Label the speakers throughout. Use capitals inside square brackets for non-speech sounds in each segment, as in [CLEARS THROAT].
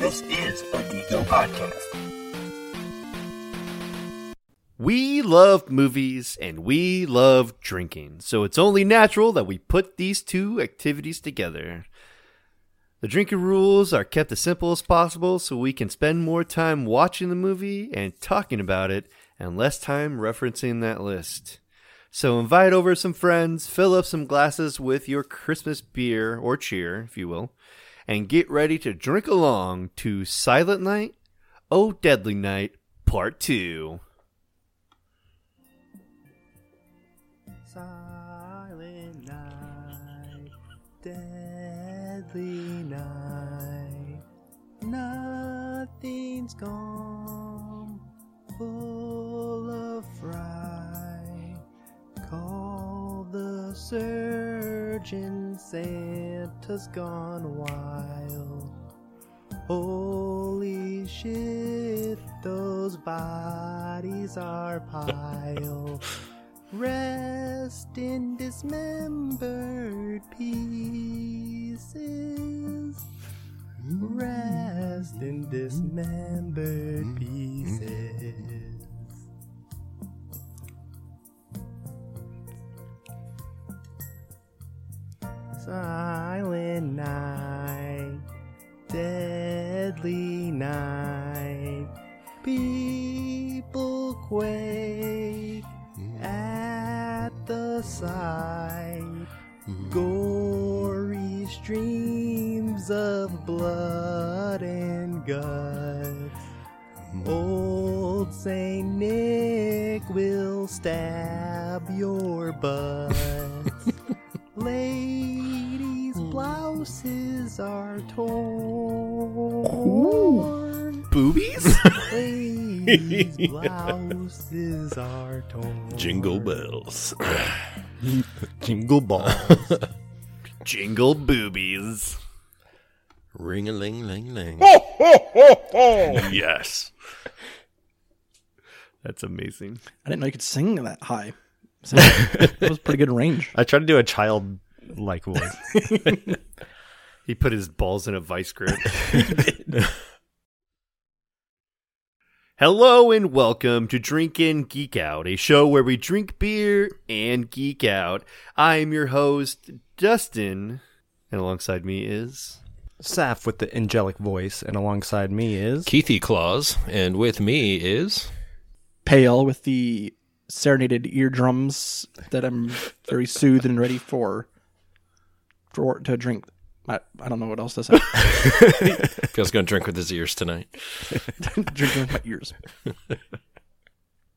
Speaker 1: This is a Geeko podcast.
Speaker 2: We love movies and we love drinking, so it's only natural that we put these two activities together. The drinking rules are kept as simple as possible so we can spend more time watching the movie and talking about it and less time referencing that list. So invite over some friends, fill up some glasses with your Christmas beer or cheer, if you will, and get ready to drink along to Silent Night, Oh Deadly Night, Part 2. Silent night, deadly night, nothing's gone, full of fright. Call the surgeon, Santa's gone wild. Holy shit, those bodies are piled. Rest in dismembered pieces. Rest in dismembered pieces. Silent night, deadly night. People quake at the sight. Mm-hmm. Gory streams of blood and guts. Old Saint Nick will stab your
Speaker 3: [LAUGHS]
Speaker 2: butt. Ladies'
Speaker 3: Hmm.
Speaker 2: blouses are torn. [LAUGHS]
Speaker 4: boobies?
Speaker 3: [LAUGHS]
Speaker 2: Ladies' blouses are torn.
Speaker 4: Jingle bells.
Speaker 2: [LAUGHS] Jingle balls. Jingle boobies.
Speaker 3: [LAUGHS] Ring a ling ling ling.
Speaker 4: yes.
Speaker 2: That's amazing.
Speaker 5: I didn't know you could sing that high. So that was pretty good range.
Speaker 6: I tried to do a child like voice.
Speaker 2: He put his balls in a vice [LAUGHS] grip. Hello and welcome to Drink and Geek Out, a show where we drink beer and geek out. I am your host, Dustin, and alongside me is
Speaker 6: [LAUGHS] Saf with the angelic voice, and alongside me is
Speaker 3: Keithy Claus, and with me is
Speaker 5: [LAUGHS] Pale with the serenaded eardrums that I'm very soothed and ready for draw- to drink. I, I don't know what else to say. [LAUGHS]
Speaker 3: Phil's going to drink with his ears tonight.
Speaker 5: Drinking with my ears.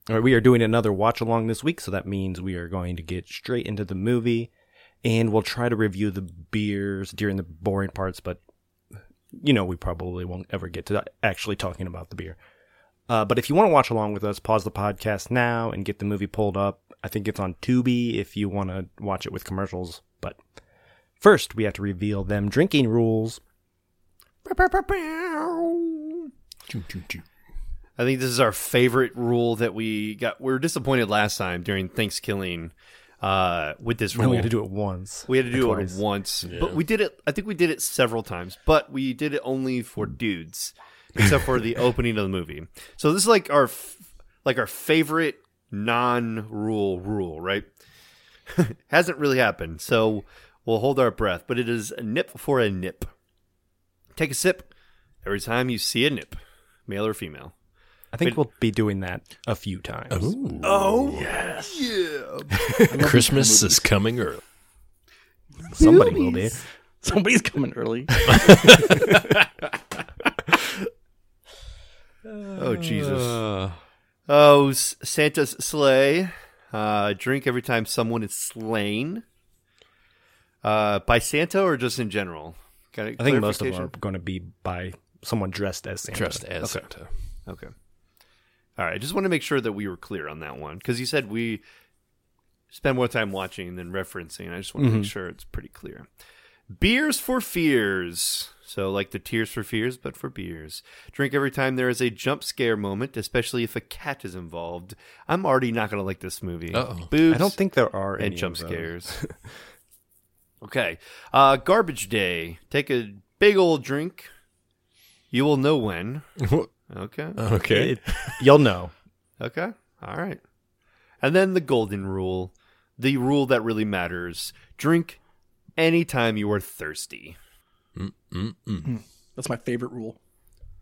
Speaker 6: All right, we are doing another watch along this week, so that means we are going to get straight into the movie, and we'll try to review the beers during the boring parts, but you know we probably won't ever get to actually talking about the beer. Uh, but if you want to watch along with us, pause the podcast now and get the movie pulled up. I think it's on Tubi if you want to watch it with commercials. But first, we have to reveal them drinking rules.
Speaker 2: I think this is our favorite rule that we got. We were disappointed last time during Thanksgiving uh, with this
Speaker 6: We
Speaker 2: rule.
Speaker 6: only had to do it once.
Speaker 2: We had to
Speaker 6: or
Speaker 2: do
Speaker 6: twice.
Speaker 2: it once, but we did it. I think we did it several times, but we did it only for dudes, except
Speaker 6: [LAUGHS]
Speaker 2: for the opening of the movie. So this is like our f- like our favorite non-rule rule, right? [LAUGHS] Hasn't really happened, so we'll hold our breath. But it is a nip for a nip. Take a sip every time you see a nip, male or female.
Speaker 6: I think
Speaker 2: But-
Speaker 6: we'll be doing that a few times.
Speaker 3: Oh, Christmas is coming early.
Speaker 6: Somebody will be.
Speaker 5: Somebody's coming early.
Speaker 2: Oh Jesus!
Speaker 6: Uh.
Speaker 2: Oh, S- Santa's sleigh. Uh, drink every time someone is slain. Uh, by Santa or just in general? Got a
Speaker 6: I think most of them are
Speaker 2: clarification?
Speaker 6: going to be by someone dressed as Santa.
Speaker 3: Dressed as Santa.
Speaker 2: Okay. All right. I just want to make sure that we were clear on that one because you said we spend more time watching than referencing. I just want to
Speaker 6: Mm-hmm.
Speaker 2: make sure it's pretty clear. Beers for fears. So, like the tears for fears, but for beers. Drink every time there is a jump scare moment, especially if a cat is involved. I'm already not going to like this movie.
Speaker 3: Uh-oh.
Speaker 2: Boobs
Speaker 6: I don't think there are any
Speaker 2: and jump
Speaker 6: of those. [LAUGHS]
Speaker 2: scares. okay. Uh, garbage day. Take a big old drink You will know
Speaker 6: [LAUGHS]
Speaker 2: when. Okay.
Speaker 3: okay.
Speaker 6: You'll know.
Speaker 2: Okay. All right. And then the golden rule, the rule that really matters drink anytime you are thirsty.
Speaker 5: That's my favorite rule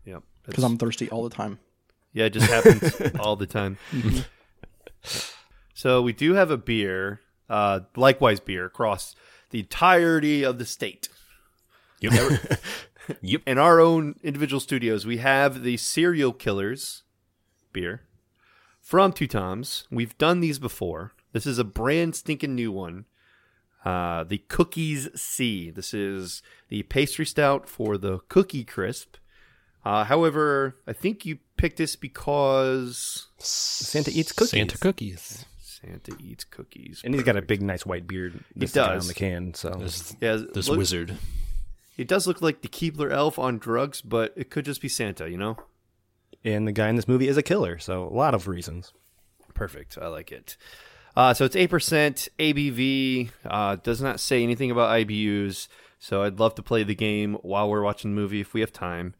Speaker 2: Yep.
Speaker 5: because I'm thirsty all the time.
Speaker 2: Yeah, it just happens all the time. so we do have a beer, uh, likewise beer across the entirety of the state.
Speaker 6: [LAUGHS]
Speaker 3: Yep. yep.
Speaker 2: In our own individual studios, we have the Serial Killers beer from Two Toms. We've done these before. This is a brand stinking new one. Uh, the Cookies C. This is the pastry stout for the Cookie Crisp. Uh, however, I think you picked this because
Speaker 6: Santa eats cookies.
Speaker 3: Santa cookies.
Speaker 2: Santa eats cookies.
Speaker 6: And he's got a big, nice white beard. This
Speaker 2: does.
Speaker 6: guy on the can. So
Speaker 3: This,
Speaker 2: yeah,
Speaker 3: this
Speaker 2: look-
Speaker 3: wizard.
Speaker 2: It does look like the Keebler elf on drugs, but it could just be Santa, you know?
Speaker 6: and the guy in this movie is a killer. So a lot of reasons.
Speaker 2: Perfect. I like it. Uh, so it's 8% ABV. Uh, does not say anything about IBUs. So I'd love to play the game while we're watching the movie if we have time.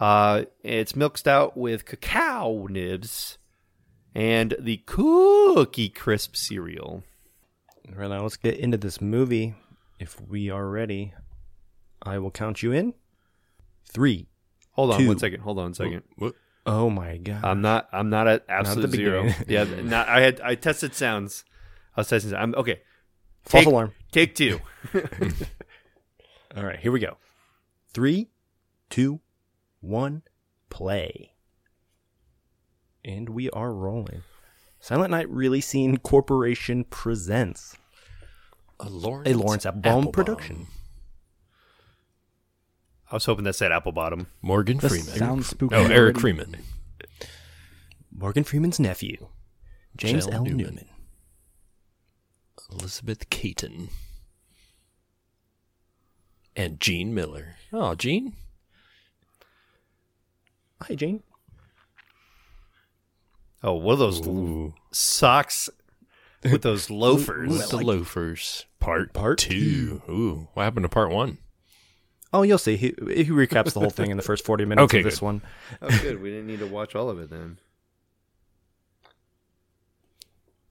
Speaker 2: Uh, it's milked out with cacao nibs and the Cookie Crisp cereal.
Speaker 6: Right now, let's get into this movie. If we are ready, I will count you in. Three.
Speaker 2: Hold on
Speaker 6: Two.
Speaker 2: one second. Hold on one second.
Speaker 3: What?
Speaker 6: Oh my god!
Speaker 2: I'm not. I'm not at absolute zero.
Speaker 6: beginning.
Speaker 2: [LAUGHS] yeah. Not, I had. I tested sounds. I was testing. I'm okay.
Speaker 6: False
Speaker 2: take-
Speaker 6: alarm.
Speaker 2: Take two.
Speaker 6: All right, here we go. Three, two, one, play. And we are rolling. Silent Night Really Seen Corporation presents
Speaker 3: A Lawrence.
Speaker 6: a Lawrence Applebaum production.
Speaker 2: I was hoping that said apple bottom.
Speaker 3: Morgan
Speaker 5: That
Speaker 3: Freeman.
Speaker 5: sounds spooky.
Speaker 3: oh, Eric
Speaker 5: already.
Speaker 3: Freeman.
Speaker 6: Morgan Freeman's nephew, James
Speaker 3: Shell
Speaker 6: L.
Speaker 3: Newman.
Speaker 6: Newman.
Speaker 3: Elizabeth Caton. And Gene Miller. Oh, Gene.
Speaker 6: Hi, Jane.
Speaker 2: Oh, what are those socks with [LAUGHS] those loafers?
Speaker 3: With the loafers. Part part two. Ooh, what happened to part one?
Speaker 6: Oh, you'll see. He, he recaps the whole thing in the first 40 minutes
Speaker 3: Okay,
Speaker 6: of this
Speaker 3: good.
Speaker 6: one.
Speaker 2: oh, good. We didn't need to watch all of it then.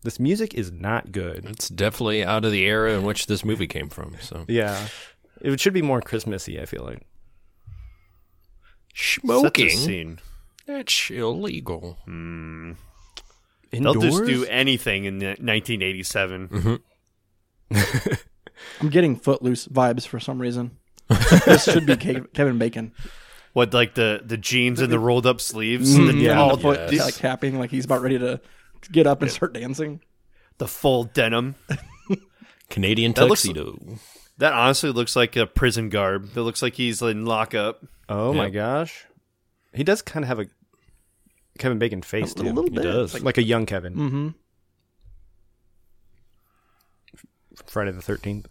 Speaker 6: This music is not good.
Speaker 3: It's definitely out of the era in which this movie came from. So
Speaker 6: Yeah. It should be more Christmassy, I feel like.
Speaker 2: Set the
Speaker 3: [LAUGHS] smoking
Speaker 2: scene.
Speaker 3: that's illegal.
Speaker 2: They'll
Speaker 6: Indoors?
Speaker 2: just do anything in 1987.
Speaker 5: I'm getting Footloose vibes for some reason. this should be Ke- Kevin Bacon.
Speaker 2: What, like the the jeans and the rolled up sleeves? and the,
Speaker 5: yeah,
Speaker 2: all
Speaker 5: the foot,
Speaker 3: yes.
Speaker 5: yeah, like tapping, like he's about ready to get up and start dancing.
Speaker 2: the full denim.
Speaker 3: Canadian
Speaker 2: That looks-
Speaker 3: tuxedo.
Speaker 2: That honestly looks like a prison garb. That looks like he's in lockup.
Speaker 6: Oh my gosh. He does kind of have a Kevin Bacon face,
Speaker 5: A
Speaker 6: too.
Speaker 5: little bit.
Speaker 6: Like, like a young Kevin.
Speaker 5: Mm-hmm.
Speaker 6: Friday the 13th.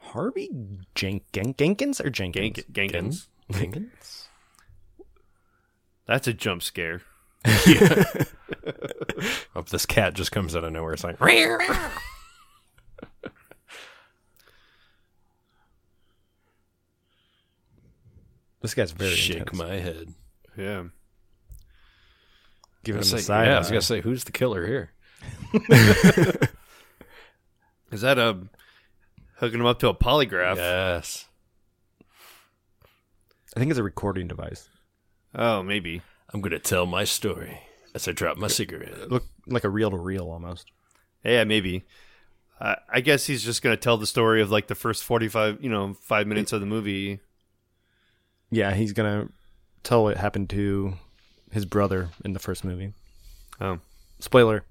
Speaker 6: Harvey Jenk- Gen- Jenkins or Jenkins?
Speaker 2: Gank- Gankins.
Speaker 3: Jenkins?
Speaker 2: That's a jump scare.
Speaker 3: [LAUGHS] Oh, this cat just comes out of nowhere. It's like, "Meow, meow."
Speaker 6: This guy's very
Speaker 3: shake
Speaker 6: intense.
Speaker 3: my head.
Speaker 2: Yeah.
Speaker 6: Giving him
Speaker 3: I was
Speaker 6: the
Speaker 3: like,
Speaker 6: side
Speaker 3: yeah, I
Speaker 6: eye.
Speaker 3: was gonna say, who's the killer here?
Speaker 2: Is that a hooking him up to a polygraph?
Speaker 3: Yes.
Speaker 6: I think it's a recording device.
Speaker 2: Oh, maybe.
Speaker 3: I'm gonna tell my story as I drop my cigarette.
Speaker 6: Look like a reel to reel almost.
Speaker 2: Yeah, maybe. I I guess he's just going to tell the story of like the first 45, you know, five minutes of the movie.
Speaker 6: Yeah, he's gonna tell what happened to his brother in the first movie.
Speaker 2: Oh.
Speaker 6: Spoiler.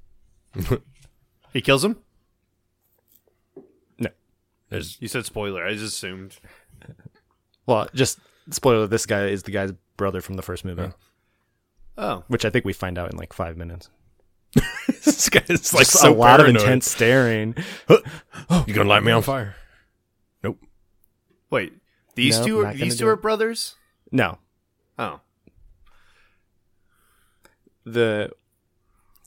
Speaker 2: He kills him?
Speaker 6: No.
Speaker 3: [GASPS] There's
Speaker 2: You said spoiler. I just assumed.
Speaker 6: Well, just spoiler. This guy is the guy's brother from the first movie,
Speaker 2: Oh.
Speaker 6: which I think we find out in like five minutes. [LAUGHS]
Speaker 3: this guy's like
Speaker 6: Just a
Speaker 3: so
Speaker 6: lot
Speaker 3: paranoid.
Speaker 6: of intense staring.
Speaker 3: You gonna light me on fire?
Speaker 2: Wait. These
Speaker 6: No,
Speaker 2: two
Speaker 6: not
Speaker 2: are,
Speaker 6: gonna
Speaker 2: these two
Speaker 6: do
Speaker 2: are
Speaker 6: it.
Speaker 2: brothers?
Speaker 6: No,
Speaker 2: Oh.
Speaker 6: the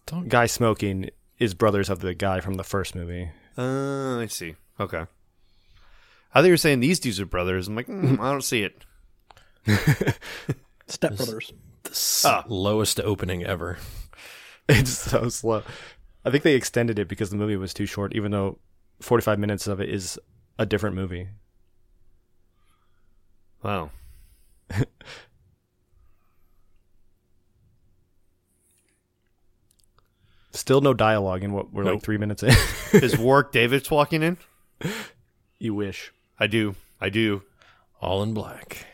Speaker 3: Don't-
Speaker 6: guy smoking is brothers of the guy from the first movie. [LAUGHS]
Speaker 2: Uh, I see. Okay. I thought you were saying these dudes are brothers. I'm like, mm, I don't see it.
Speaker 5: Step Brothers.
Speaker 3: Ah. Lowest opening ever.
Speaker 6: It's so slow. I think they extended it because the movie was too short, even though 45 minutes of it is a different movie.
Speaker 2: Wow.
Speaker 6: Still no dialogue in what we're like
Speaker 3: Nope.
Speaker 6: three minutes in. [LAUGHS]
Speaker 2: Is Warwick Davis walking in?
Speaker 6: you wish.
Speaker 2: I do. I do.
Speaker 3: All in black.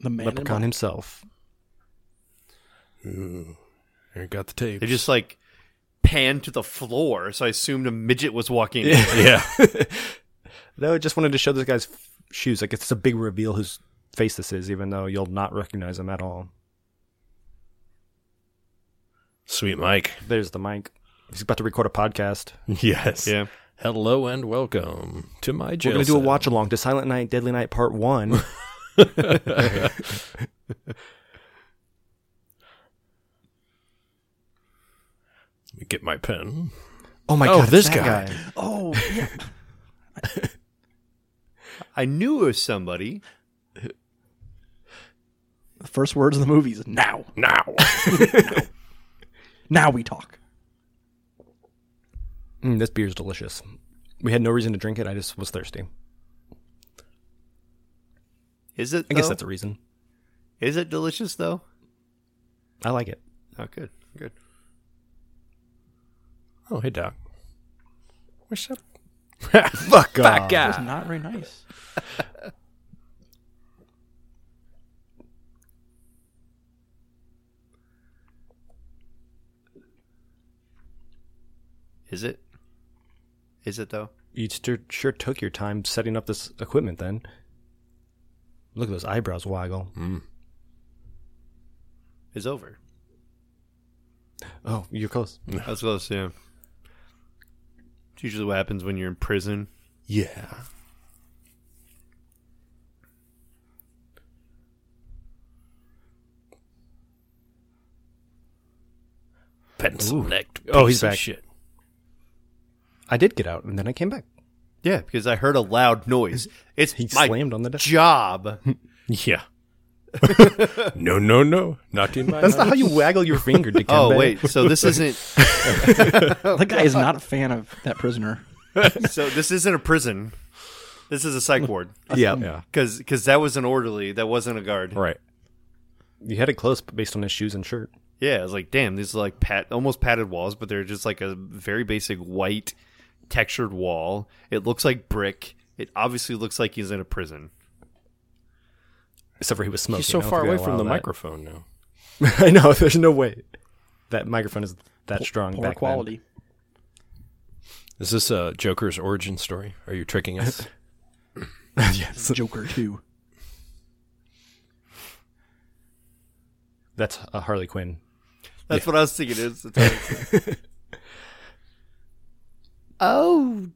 Speaker 5: The man. in
Speaker 6: Leprechaun
Speaker 5: Black.
Speaker 6: himself.
Speaker 3: Here, got the tape.
Speaker 2: They just like panned to the floor, so I assumed a midget was walking in.
Speaker 3: [LAUGHS] yeah.
Speaker 6: No, I just wanted to show this guy's f- shoes. Like, it's a big reveal whose face this is, even though you'll not recognize him at all. [LAUGHS]
Speaker 3: Sweet Mike.
Speaker 6: There's the mic. He's about to record a podcast.
Speaker 3: Yes.
Speaker 2: Yeah.
Speaker 3: Hello and welcome to my jail.
Speaker 6: We're going to do a
Speaker 3: cell.
Speaker 6: watch along to Silent Night, Deadly Night Part 1.
Speaker 3: Let me get my pen.
Speaker 6: Oh my
Speaker 3: Oh,
Speaker 6: god,
Speaker 3: this
Speaker 6: this guy.
Speaker 3: guy.
Speaker 5: Oh, yeah.
Speaker 2: I knew it was somebody.
Speaker 5: the first words of the movies. now.
Speaker 6: [LAUGHS]
Speaker 3: Now.
Speaker 5: Now we talk.
Speaker 6: Mm, this beer's delicious. We had no reason to drink it. I just was thirsty.
Speaker 2: Is it?
Speaker 6: I guess
Speaker 2: though?
Speaker 6: that's a reason.
Speaker 2: Is it delicious though?
Speaker 6: I like it.
Speaker 2: Oh, good. Good.
Speaker 3: oh, hey, Doc. What's [LAUGHS] up?
Speaker 6: Fuck off.
Speaker 5: It's not very nice.
Speaker 2: Is it? Is it though?
Speaker 6: You st- sure took your time setting up this equipment then. Look at those eyebrows waggle.
Speaker 2: It's [LAUGHS] over.
Speaker 6: Oh, you're close.
Speaker 2: That's close. Yeah. It's usually what happens when you're in prison.
Speaker 3: Yeah. Pencil necked.
Speaker 6: Oh, he's back.
Speaker 3: Shit.
Speaker 6: I did get out and then I came back.
Speaker 2: Yeah, because I heard a loud noise. It's
Speaker 6: He
Speaker 2: my
Speaker 6: slammed on the
Speaker 2: [LAUGHS]
Speaker 6: desk.
Speaker 2: job.
Speaker 6: [LAUGHS]
Speaker 3: Yeah. [LAUGHS] no, no, no. Not in my [LAUGHS]
Speaker 6: That's not how you
Speaker 2: [LAUGHS]
Speaker 6: waggle your finger, dickhead.
Speaker 2: Oh wait, so this isn't.
Speaker 6: Oh,
Speaker 5: The guy is not a fan of that prisoner.
Speaker 2: So this isn't a prison. This is a psych ward.
Speaker 6: [LAUGHS] Yeah. yeah.
Speaker 2: Because that was an orderly. That wasn't a guard.
Speaker 3: Right.
Speaker 6: You had it close based on his shoes and shirt.
Speaker 2: Yeah, I was like, damn, these are like pat, almost padded walls, but they're just like a very basic white textured wall. It looks like brick. It obviously looks like he's in a prison.
Speaker 6: Except for he was smoking.
Speaker 3: He's so
Speaker 6: I don't
Speaker 3: far
Speaker 6: think I
Speaker 3: away from
Speaker 6: allow
Speaker 3: the
Speaker 6: that.
Speaker 3: microphone now.
Speaker 6: [LAUGHS] I know. There's no way. That microphone is that strong.
Speaker 5: Poor
Speaker 6: back then. [LAUGHS]
Speaker 5: quality.
Speaker 3: Is this uh, Joker's origin story? Are you
Speaker 2: [LAUGHS]
Speaker 3: tricking us?
Speaker 5: It's Joker too.
Speaker 6: That's a Harley Quinn.
Speaker 2: That's what I was thinking. Is that's what I [LAUGHS] was thinking. oh,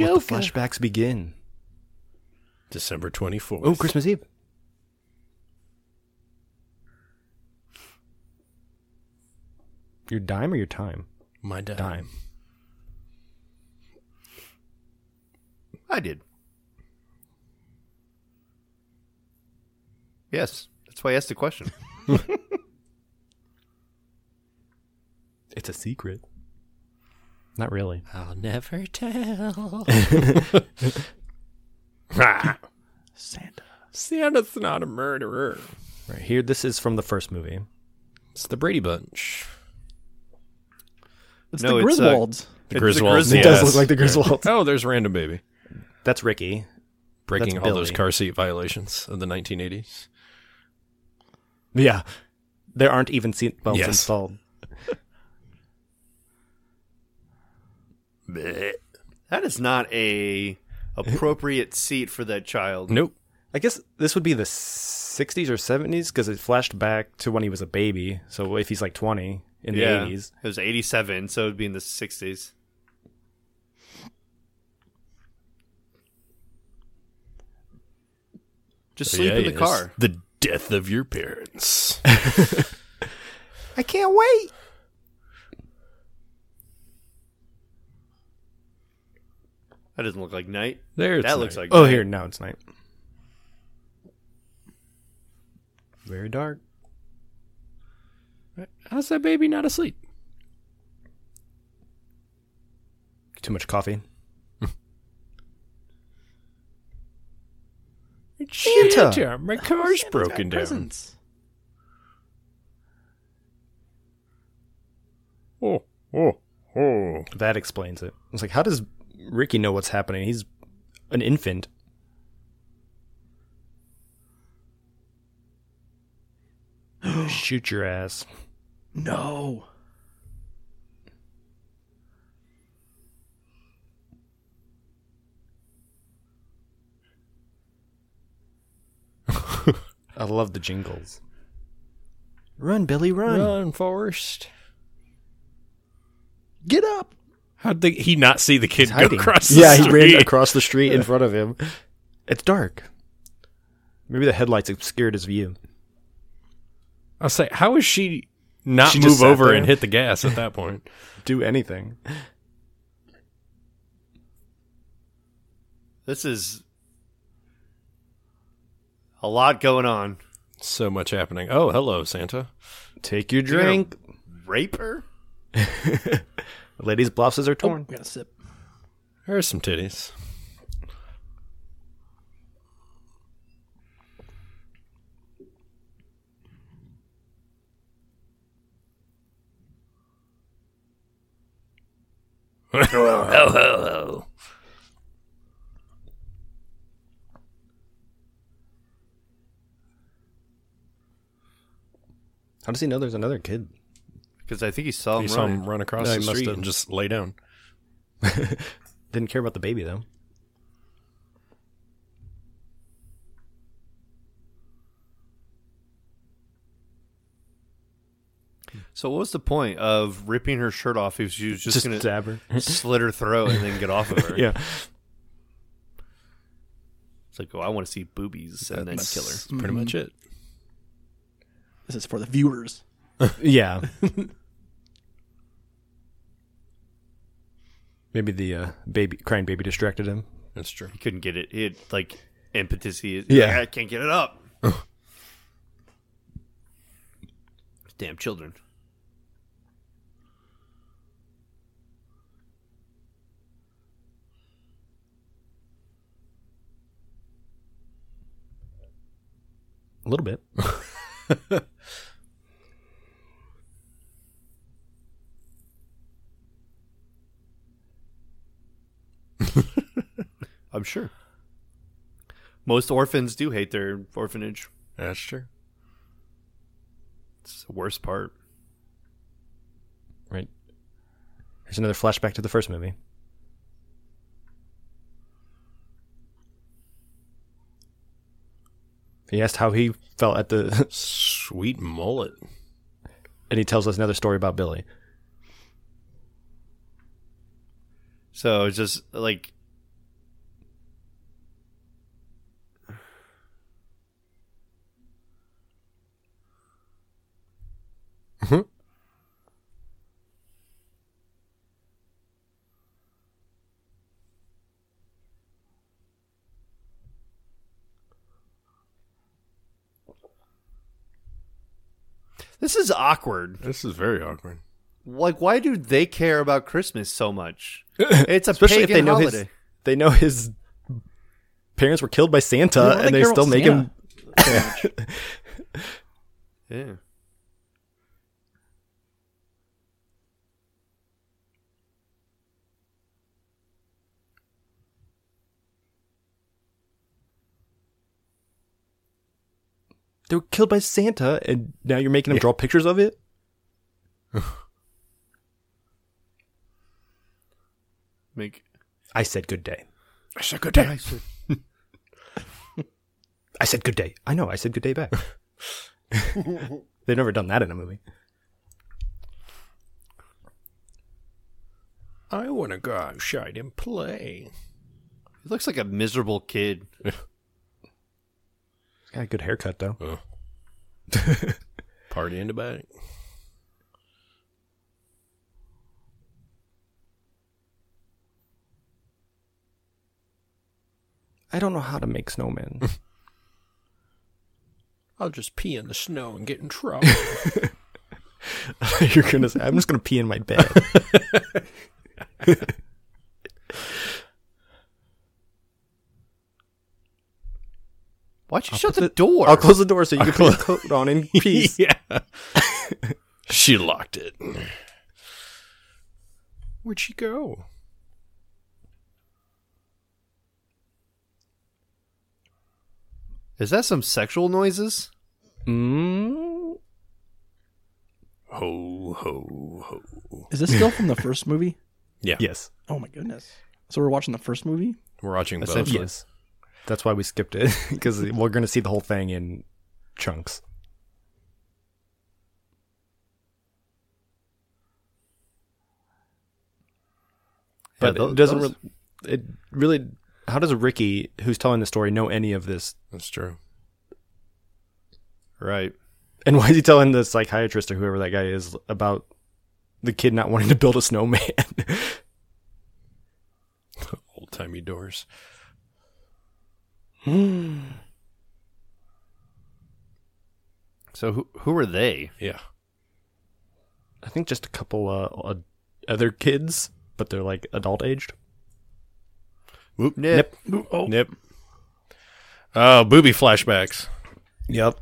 Speaker 6: Let the flashbacks begin.
Speaker 3: December 24th.
Speaker 6: Oh, Christmas Eve. Your dime or your time?
Speaker 3: My dad.
Speaker 6: Dime.
Speaker 2: I did. Yes, that's why I asked the question.
Speaker 6: It's a secret. Not really.
Speaker 3: I'll never tell.
Speaker 5: Santa.
Speaker 3: [LAUGHS] Santa's not a murderer.
Speaker 6: Right here, this is from the first movie.
Speaker 3: It's the Brady Bunch.
Speaker 5: It's
Speaker 2: No,
Speaker 5: the
Speaker 2: it's, uh,
Speaker 5: Griswolds.
Speaker 3: The
Speaker 2: It's the
Speaker 3: Griswolds.
Speaker 2: Griswolds. It does look
Speaker 6: like the Griswolds.
Speaker 3: Oh, there's Random Baby
Speaker 6: [LAUGHS] That's Ricky.
Speaker 3: breaking
Speaker 6: That's
Speaker 3: all those
Speaker 6: Billy.
Speaker 3: car seat violations of the 1980s.
Speaker 6: Yeah. There aren't even seat belts
Speaker 3: Yes.
Speaker 6: installed.
Speaker 2: That is not a appropriate seat for that child.
Speaker 3: Nope.
Speaker 6: I guess this would be the 60s or 70s because it flashed back to when he was a baby. So if he's like 20 in
Speaker 2: Yeah,
Speaker 6: the 80s,
Speaker 2: it was '87, so it'd be in the '60s. Just sleep in the
Speaker 3: yes.
Speaker 2: car.
Speaker 3: The death of
Speaker 2: [LAUGHS]
Speaker 3: your parents.
Speaker 6: I can't wait.
Speaker 2: That doesn't look like night.
Speaker 3: There it's
Speaker 2: that looks
Speaker 3: night.
Speaker 2: like
Speaker 6: Oh,
Speaker 2: night.
Speaker 6: here now it's night. Very dark.
Speaker 3: How's that baby not asleep?
Speaker 6: Too much coffee.
Speaker 3: Santa, my car's broken down.
Speaker 5: Presents.
Speaker 3: Oh, oh, oh!
Speaker 6: That explains it. I was like, how does Ricky know what's happening? He's an infant. [GASPS] Shoot your ass.
Speaker 5: No.
Speaker 6: I love the jingles. Run, Billy, run.
Speaker 3: Run, Forrest.
Speaker 5: Get up.
Speaker 3: How'd the, he not see the kid go
Speaker 6: hiding.
Speaker 3: across? The
Speaker 6: Yeah, he
Speaker 3: street?
Speaker 6: ran across the street
Speaker 3: [LAUGHS]
Speaker 6: in front of him. It's dark. Maybe the headlights obscured his view.
Speaker 3: I was like, how is she not
Speaker 6: She just
Speaker 3: move
Speaker 6: sat
Speaker 3: over
Speaker 6: there.
Speaker 3: and hit the gas at
Speaker 6: [LAUGHS]
Speaker 3: that point?
Speaker 6: Do anything.
Speaker 2: This is a lot going on.
Speaker 3: so much happening. Oh, hello, Santa.
Speaker 6: Take your drink.
Speaker 2: Rape her?
Speaker 6: Lady's blouses are torn.
Speaker 3: Oh.
Speaker 5: Got a sip.
Speaker 3: There's some titties. Oh, [LAUGHS] oh,
Speaker 6: How does he know there's another kid?
Speaker 2: Because I think he saw
Speaker 3: oh.
Speaker 2: him
Speaker 3: You saw
Speaker 2: running.
Speaker 3: him run across
Speaker 6: No, he
Speaker 3: the
Speaker 6: must
Speaker 3: street
Speaker 6: have.
Speaker 3: and just lay down.
Speaker 6: Didn't care about the baby though.
Speaker 2: So what was the point of ripping her shirt off if she was just,
Speaker 6: Just
Speaker 2: going to
Speaker 6: stab her.
Speaker 2: slit her throat and then get off of her?
Speaker 6: Yeah.
Speaker 2: It's like, oh, I want to see boobies and then kill her.
Speaker 3: That's pretty
Speaker 6: Mm-hmm.
Speaker 3: much it.
Speaker 5: This is for the viewers.
Speaker 6: Yeah. [LAUGHS] Maybe the uh, baby crying baby distracted him.
Speaker 3: That's true.
Speaker 2: He couldn't get it. He had, like, impetus. He,
Speaker 6: Yeah.
Speaker 2: I can't get it up. Damn children.
Speaker 6: A little bit.
Speaker 2: I'm sure. Most orphans do hate their orphanage.
Speaker 3: That's true.
Speaker 2: It's the worst part.
Speaker 6: Right. There's another flashback to the first movie. He asked how he felt at the, [LAUGHS]
Speaker 3: Sweet mullet.
Speaker 6: and he tells us another story about Billy.
Speaker 2: So it's just like
Speaker 6: Mm-hmm.
Speaker 2: This is awkward.
Speaker 3: This is very awkward.
Speaker 2: Like, why do they care about Christmas
Speaker 6: [LAUGHS]
Speaker 2: so much? It's a pagan
Speaker 6: they know
Speaker 2: holiday.
Speaker 6: his, they know his parents were killed by
Speaker 5: They
Speaker 6: Santa, and
Speaker 5: don't
Speaker 6: they
Speaker 5: care about
Speaker 6: still make him.
Speaker 2: Yeah.
Speaker 6: They were killed by Santa, and now you're making him draw pictures of
Speaker 3: [SIGHS]
Speaker 6: it.
Speaker 2: Make
Speaker 6: I said good day.
Speaker 3: I said good day.
Speaker 6: [LAUGHS] I said good day. I know. I said good day
Speaker 3: [LAUGHS]
Speaker 6: back. They've never done that in a movie.
Speaker 3: I want to go outside and play.
Speaker 2: he looks like a miserable kid.
Speaker 6: Got a good haircut though.
Speaker 3: Oh. [LAUGHS] Party in the back.
Speaker 6: I don't know how to make snowmen.
Speaker 3: I'll just pee in the snow and get in [LAUGHS] trouble.
Speaker 6: [LAUGHS] You're gonna say, I'm just gonna pee in my
Speaker 3: [LAUGHS]
Speaker 6: bed.
Speaker 2: Why'd you shut the, door?
Speaker 6: I'll close the door so you can put your coat on in peace.
Speaker 3: yeah. [LAUGHS] she locked it. Where'd she go?
Speaker 2: Is that some sexual noises?
Speaker 6: Mm,
Speaker 3: Ho, ho, ho.
Speaker 5: Is this still from the first movie?
Speaker 3: Yeah.
Speaker 6: yes.
Speaker 5: Oh my goodness! So we're watching the first movie.
Speaker 3: We're watching both.
Speaker 2: Essentially.
Speaker 6: Yes. That's why we skipped it [LAUGHS] because we're gonna see the whole thing in chunks. But
Speaker 2: Yeah, tho-
Speaker 6: it doesn't.
Speaker 2: those-
Speaker 6: Re- it really. How does Ricky, who's telling the story, know any of this? [LAUGHS]
Speaker 3: That's true.
Speaker 2: right.
Speaker 6: And why is he telling the psychiatrist or whoever that guy is about the kid not wanting to build a snowman? [LAUGHS]
Speaker 3: Old timey doors.
Speaker 2: So who who are they?
Speaker 3: Yeah.
Speaker 6: I think just a couple uh, uh, other kids, but they're like adult aged.
Speaker 3: Whoop,
Speaker 2: Nip.
Speaker 3: Oh. Nip. Oh, booby flashbacks.
Speaker 6: Yep.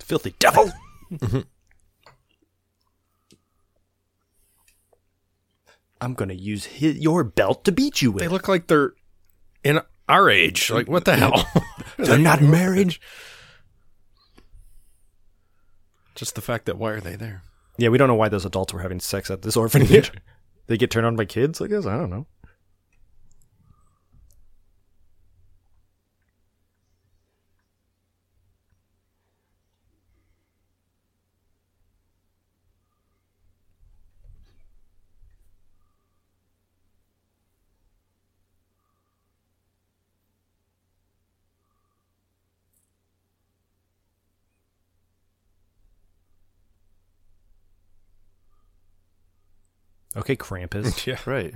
Speaker 6: Filthy devil. I'm gonna use hi your belt to beat you
Speaker 3: They
Speaker 6: with.
Speaker 3: look like they're in our age. Like, what the [LAUGHS] hell?
Speaker 6: They're not married.
Speaker 3: Just the fact that why are they there?
Speaker 6: Yeah, we don't know why those adults were having sex at this [LAUGHS] orphanage. they get turned on by kids, I guess. I don't know. Okay, Krampus. [LAUGHS]
Speaker 3: [LAUGHS] Yeah.
Speaker 2: Right.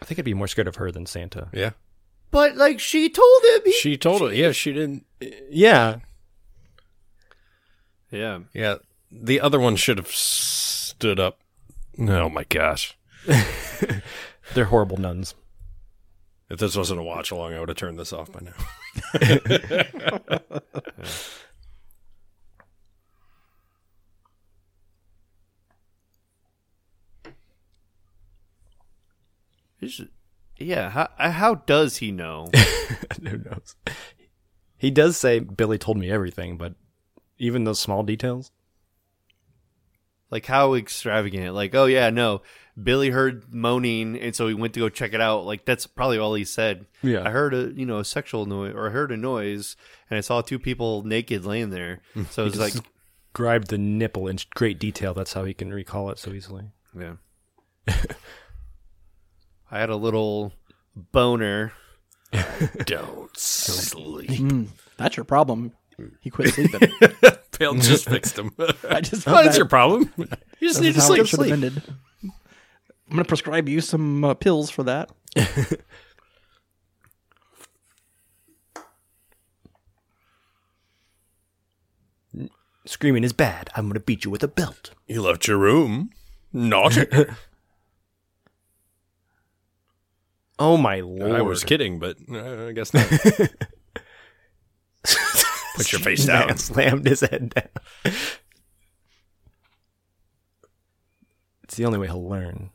Speaker 6: I think I'd be more scared of her than Santa.
Speaker 3: Yeah.
Speaker 2: But like she told him. he-
Speaker 3: She told it. Yeah, she didn't.
Speaker 6: Yeah,
Speaker 2: yeah.
Speaker 3: Yeah. The other one should have stood up. Oh, my gosh.
Speaker 6: they're horrible nuns.
Speaker 3: If this wasn't a watch along, I would have turned this off by now.
Speaker 2: Is- yeah. How uh, how does
Speaker 6: [LAUGHS]
Speaker 2: he know?
Speaker 6: [LAUGHS] Who knows? He does say Billy told me everything, but even those small details.
Speaker 2: like how extravagant? Like oh yeah no, Billy heard moaning and so he went to go check it out. Like that's probably all he said.
Speaker 6: Yeah.
Speaker 2: I heard a you know a sexual noise or I heard a noise and I saw two people naked laying there.
Speaker 6: Mm.
Speaker 2: So it's like
Speaker 6: Described the nipple in great detail. That's how he can recall it so easily.
Speaker 2: yeah. [LAUGHS] I had a little boner.
Speaker 3: [LAUGHS] Don't sleep. [LAUGHS]
Speaker 5: Hmm, that's your problem. He quit sleeping.
Speaker 3: [LAUGHS] Pale just fixed him.
Speaker 5: I just
Speaker 3: [LAUGHS] oh, that's your problem. You just need to
Speaker 5: That's how
Speaker 3: sleep.
Speaker 5: it should have ended. I'm gonna prescribe you some uh, pills for that.
Speaker 6: Screaming is bad. I'm gonna beat you with a belt.
Speaker 3: You left your room. [LAUGHS] Naughty.
Speaker 6: Oh my lord!
Speaker 3: I was kidding, but uh, I guess not. Put your face
Speaker 6: Man
Speaker 3: down.
Speaker 6: slammed his head down. it's the only way he'll learn.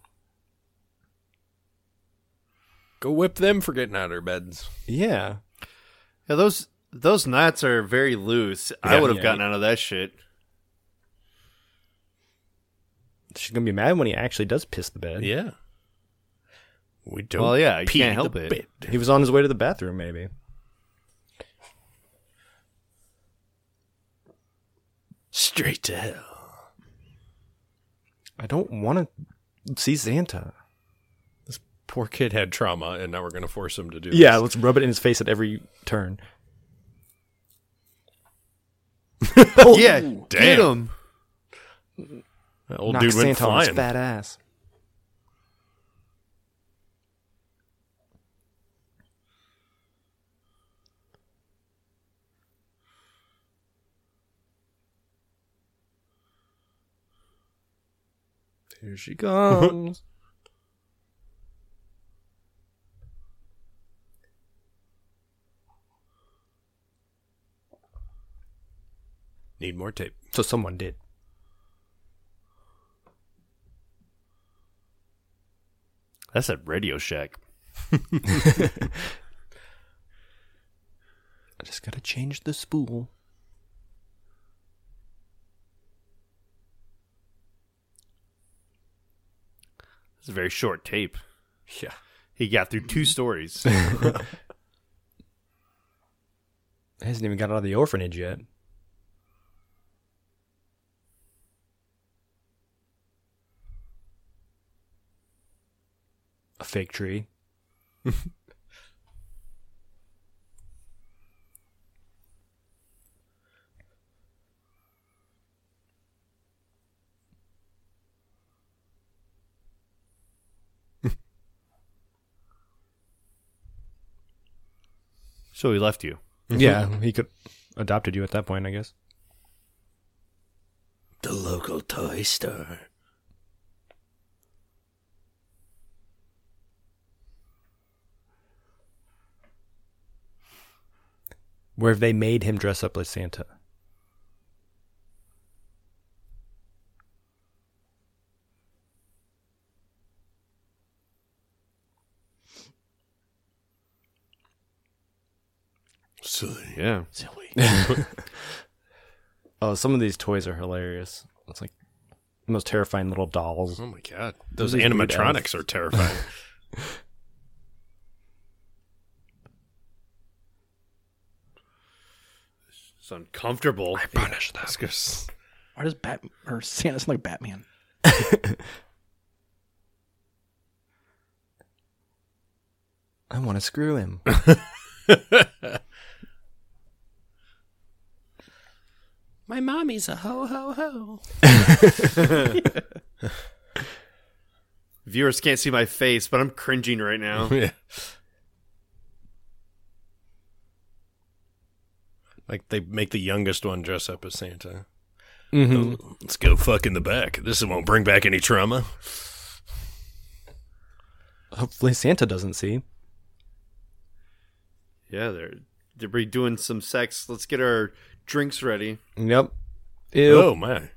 Speaker 3: Go whip them for getting out of their beds.
Speaker 6: Yeah.
Speaker 2: Yeah, those those knots are very loose. I
Speaker 3: Yeah,
Speaker 2: would have
Speaker 6: yeah.
Speaker 2: gotten out of that shit.
Speaker 6: She's gonna be mad when he actually does piss the bed.
Speaker 3: Yeah. We don't.
Speaker 2: Well, yeah, you
Speaker 3: pee
Speaker 2: can't help
Speaker 3: the
Speaker 2: it.
Speaker 3: bed.
Speaker 6: He was on his way to the bathroom, maybe.
Speaker 3: Straight to hell.
Speaker 6: I don't want to see Santa.
Speaker 3: Poor kid had trauma, and now we're going to force him to do.
Speaker 6: Yeah,
Speaker 3: this.
Speaker 6: let's rub it in his face at every turn.
Speaker 2: yeah, get
Speaker 3: Oh, [LAUGHS] damn.
Speaker 2: him.
Speaker 3: That old
Speaker 6: Knock
Speaker 3: dude
Speaker 6: Santon's
Speaker 3: went flying.
Speaker 6: fat ass.
Speaker 3: Here she [LAUGHS] comes. Need more tape.
Speaker 6: So someone did.
Speaker 2: That's at Radio
Speaker 3: [LAUGHS]
Speaker 2: Shack.
Speaker 6: I just gotta change the spool.
Speaker 2: It's a very short tape.
Speaker 3: Yeah.
Speaker 2: He got through two
Speaker 3: [LAUGHS]
Speaker 2: stories.
Speaker 6: It hasn't even got out of the orphanage yet. A fake tree.
Speaker 2: so he left you.
Speaker 6: yeah, he could adopted you at that point, I guess.
Speaker 4: The local toy store.
Speaker 6: Where they made him dress up like Santa.
Speaker 4: Silly.
Speaker 2: Yeah.
Speaker 6: Oh, some of these toys are hilarious. It's like the most terrifying little dolls.
Speaker 3: Oh my god. Those
Speaker 6: These weird
Speaker 3: animatronics are terrifying.
Speaker 2: It's uncomfortable.
Speaker 3: [LAUGHS] Punish [LAUGHS] those.
Speaker 5: Why does Bat or Santa sound like Batman?
Speaker 6: I want to screw [COUGHS] him.
Speaker 4: My mommy's a ho ho ho.
Speaker 2: Viewers can't see my face, but I'm cringing right now.
Speaker 3: [LAUGHS] [LAUGHS] yeah. Like they make the youngest one dress up as Santa.
Speaker 6: Mm-hmm.
Speaker 3: Oh, let's go fuck in the back. This won't bring back any trauma.
Speaker 6: Oh, Hopefully Santa doesn't see.
Speaker 2: yeah, they're they're be doing some sex. Let's get our drinks ready.
Speaker 6: Yep. Ew.
Speaker 3: Oh my.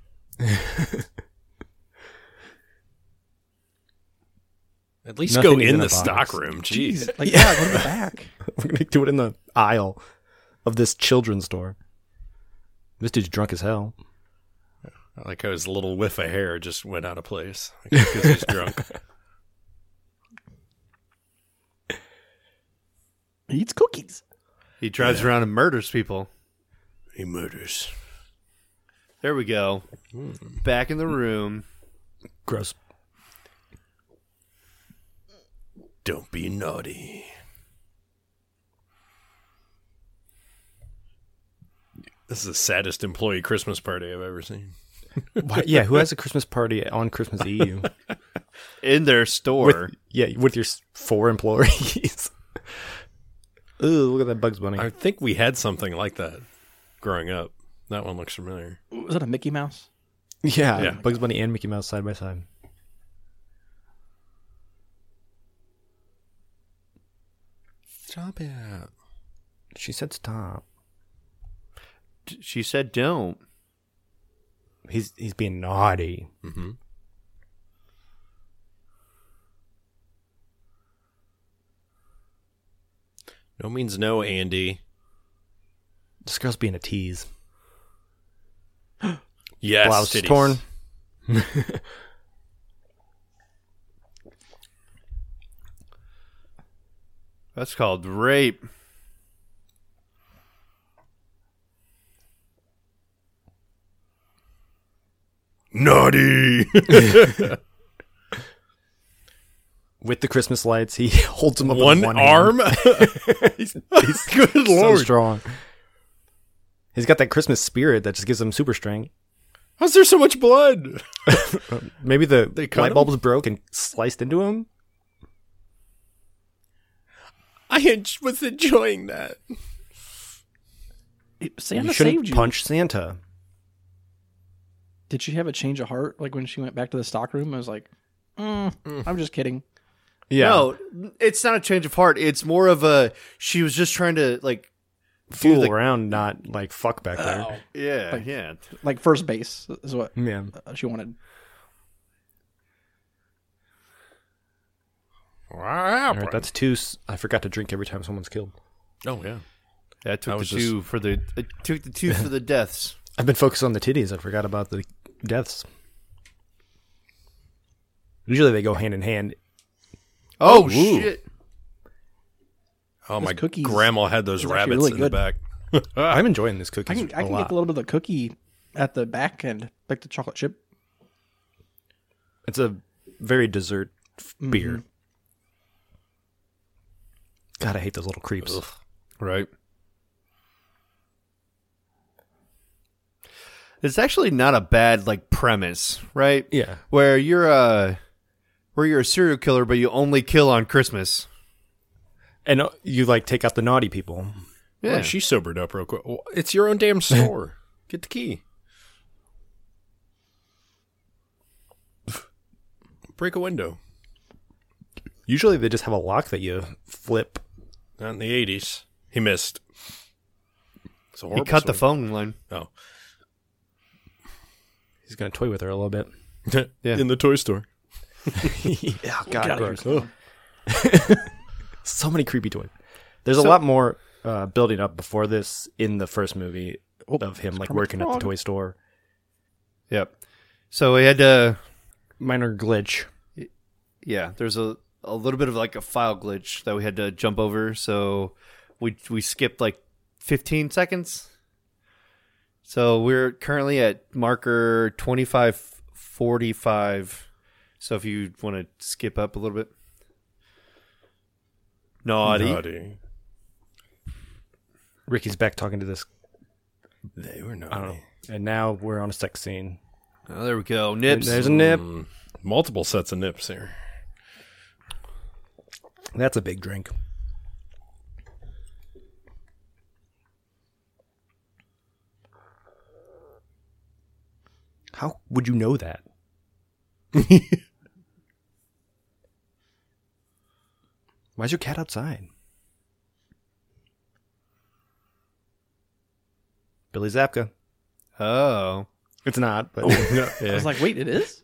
Speaker 3: At least
Speaker 6: Nothing
Speaker 3: go
Speaker 6: is in
Speaker 3: in
Speaker 6: a
Speaker 3: the
Speaker 6: box.
Speaker 3: stockroom. Jeez.
Speaker 5: [LAUGHS] Like, yeah, go to the back.
Speaker 6: [LAUGHS] We're gonna do it in the aisle of this children's store. This dude's drunk as hell.
Speaker 3: Like how his little whiff of hair just went out of place because he's
Speaker 6: [LAUGHS]
Speaker 3: drunk.
Speaker 5: He eats cookies.
Speaker 2: He drives around and murders people.
Speaker 3: He murders.
Speaker 2: There we go. Back in the room.
Speaker 6: Gross.
Speaker 3: Don't be naughty. This is the saddest employee Christmas party I've ever seen.
Speaker 6: Why, yeah, who has a Christmas party on [LAUGHS] Christmas Eve?
Speaker 2: In their store.
Speaker 6: yeah, with your s- four employees. [LAUGHS] Ooh, look at that Bugs Bunny.
Speaker 3: I think we had something like that growing up. That one looks familiar.
Speaker 5: Was that a Mickey Mouse?
Speaker 6: yeah,
Speaker 3: Yeah.
Speaker 6: Bugs Bunny and Mickey Mouse side by side.
Speaker 3: Stop it.
Speaker 6: She said stop.
Speaker 2: D- she said don't.
Speaker 6: He's he's being naughty.
Speaker 3: Mm-hmm. No means no, Andy.
Speaker 6: This girl's being a tease.
Speaker 3: Yes.
Speaker 6: Blouse
Speaker 3: titties.
Speaker 6: torn.
Speaker 2: That's called rape.
Speaker 3: Naughty.
Speaker 6: With the Christmas lights, he [LAUGHS] holds him up
Speaker 3: one,
Speaker 6: with one hand.
Speaker 3: arm. Good
Speaker 6: so
Speaker 3: lord.
Speaker 6: strong. He's got that Christmas spirit that just gives him super strength.
Speaker 3: How's there so much blood?
Speaker 6: Maybe the
Speaker 3: They cut
Speaker 6: light
Speaker 3: him?
Speaker 6: bulb was broke and sliced into him.
Speaker 4: I en- was enjoying that.
Speaker 5: Santa
Speaker 6: you shouldn't
Speaker 5: saved you.
Speaker 6: punch Santa.
Speaker 5: Did she have a change of heart? Like when she went back to the stock room, I was like, mm, I'm just kidding.
Speaker 6: Yeah,
Speaker 2: No, it's not a change of heart. It's more of a she was just trying to like
Speaker 6: fool
Speaker 2: the-
Speaker 6: around, not like fuck back there.
Speaker 2: yeah, yeah.
Speaker 5: Like first base is what
Speaker 6: Oh. Yeah,
Speaker 5: uh, she wanted.
Speaker 3: Wow.
Speaker 6: All right, that's two. s- I forgot to drink every time someone's killed.
Speaker 3: oh yeah.
Speaker 2: That
Speaker 3: I
Speaker 2: took the
Speaker 3: was
Speaker 2: two for the it took the two for the deaths.
Speaker 6: I've been focused on the titties. I forgot about the deaths. Usually they go hand in hand.
Speaker 2: Oh, shit.
Speaker 3: Oh my
Speaker 5: cookies
Speaker 3: grandma had
Speaker 5: is
Speaker 3: those
Speaker 5: actually
Speaker 3: rabbits
Speaker 5: really
Speaker 3: in
Speaker 5: good.
Speaker 3: the back.
Speaker 6: I'm enjoying this cookies
Speaker 5: I can, I
Speaker 6: a
Speaker 5: can
Speaker 6: lot.
Speaker 5: get a little bit of the cookie at the back end, like the chocolate chip.
Speaker 6: it's a very dessert f-
Speaker 5: Mm-hmm.
Speaker 6: beer. God, I hate those little creeps.
Speaker 3: Right.
Speaker 2: It's actually not a bad like premise, right?
Speaker 6: Yeah.
Speaker 2: Where you're a where you're a serial killer but you only kill on Christmas.
Speaker 6: And uh, you like take out the naughty people.
Speaker 2: Yeah.
Speaker 3: Oh, she sobered up real quick. Well, It's your
Speaker 6: [LAUGHS]
Speaker 3: own damn store. Get the key. Break a window.
Speaker 6: Usually they just have a lock that you flip.
Speaker 3: Not in the eighties. He missed. It's a
Speaker 2: he
Speaker 3: horrible
Speaker 2: cut the
Speaker 3: swing.
Speaker 2: phone line.
Speaker 3: Oh.
Speaker 6: He's gonna toy with her a little bit. [LAUGHS]
Speaker 3: [LAUGHS]
Speaker 2: Yeah.
Speaker 3: In the toy store.
Speaker 6: yeah, God,
Speaker 5: Get out of
Speaker 6: gross.
Speaker 5: here.
Speaker 6: so many creepy toys. There's a lot more uh, building up before this in the first movie of him like
Speaker 5: Kermit's
Speaker 6: working at the
Speaker 5: frog.
Speaker 6: toy store.
Speaker 2: Yep. So he had to
Speaker 6: Minor glitch.
Speaker 2: yeah, there's a a little bit of like a file glitch that we had to jump over, so we we skipped like 15 seconds. So we're currently at marker 2545. So if you want to skip up a little bit. Naughty.
Speaker 3: Naughty.
Speaker 6: Ricky's back talking to this.
Speaker 3: They were
Speaker 6: I don't know.
Speaker 3: naughty.
Speaker 6: And now we're on a sex scene.
Speaker 2: Oh, there we go. Nips.
Speaker 6: There's a nip.
Speaker 3: Multiple sets of nips here.
Speaker 6: That's a big drink. How would you know that? [LAUGHS] Why is your cat outside? Billy Zapka.
Speaker 2: oh.
Speaker 6: It's not, but
Speaker 5: I
Speaker 6: [LAUGHS]
Speaker 5: was like, wait, it is?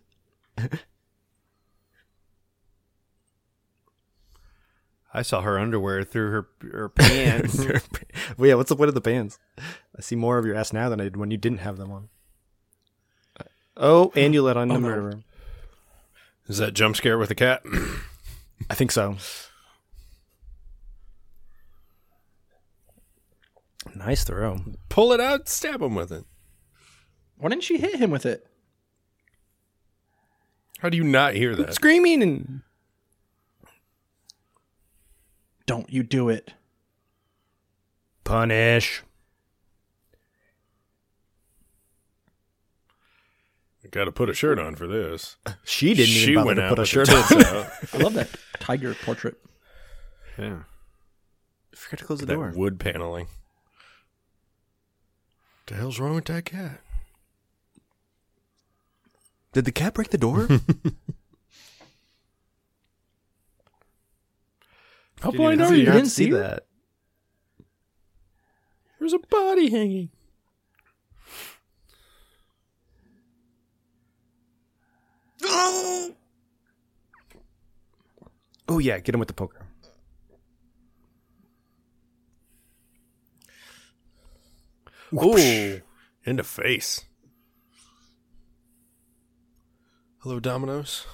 Speaker 2: I saw her underwear through her her
Speaker 6: [LAUGHS]
Speaker 2: pants.
Speaker 6: well, yeah, what's the point of the pants? I see more of your ass now than I did when you didn't have them on. Oh, and you let on the murderer.
Speaker 3: Is that jump scare with a cat? [CLEARS THROAT]
Speaker 6: I think so. Nice throw.
Speaker 3: Pull it out, stab him with it.
Speaker 5: Why didn't she hit him with it?
Speaker 3: How do you not hear that?
Speaker 6: Uh, Screaming and
Speaker 5: Don't you do it.
Speaker 6: punish.
Speaker 3: Got to put a shirt on for this.
Speaker 6: She didn't even
Speaker 3: she
Speaker 6: bother
Speaker 3: went
Speaker 6: to
Speaker 3: out
Speaker 6: put a
Speaker 3: with
Speaker 6: shirt
Speaker 3: her
Speaker 6: on.
Speaker 3: tits out.
Speaker 5: I love that [LAUGHS] tiger portrait.
Speaker 2: yeah.
Speaker 6: [LAUGHS] Forgot to close the
Speaker 3: that
Speaker 6: door.
Speaker 3: wood paneling. The hell's wrong with that cat?
Speaker 6: Did the cat break the [LAUGHS] door?
Speaker 3: How
Speaker 2: Did
Speaker 3: blind
Speaker 2: you-
Speaker 3: are
Speaker 5: You
Speaker 3: you?
Speaker 5: didn't see her?
Speaker 6: that.
Speaker 3: There's a body hanging.
Speaker 6: Oh yeah, get him with the poker.
Speaker 3: Ooh, in the face. Hello, Domino's.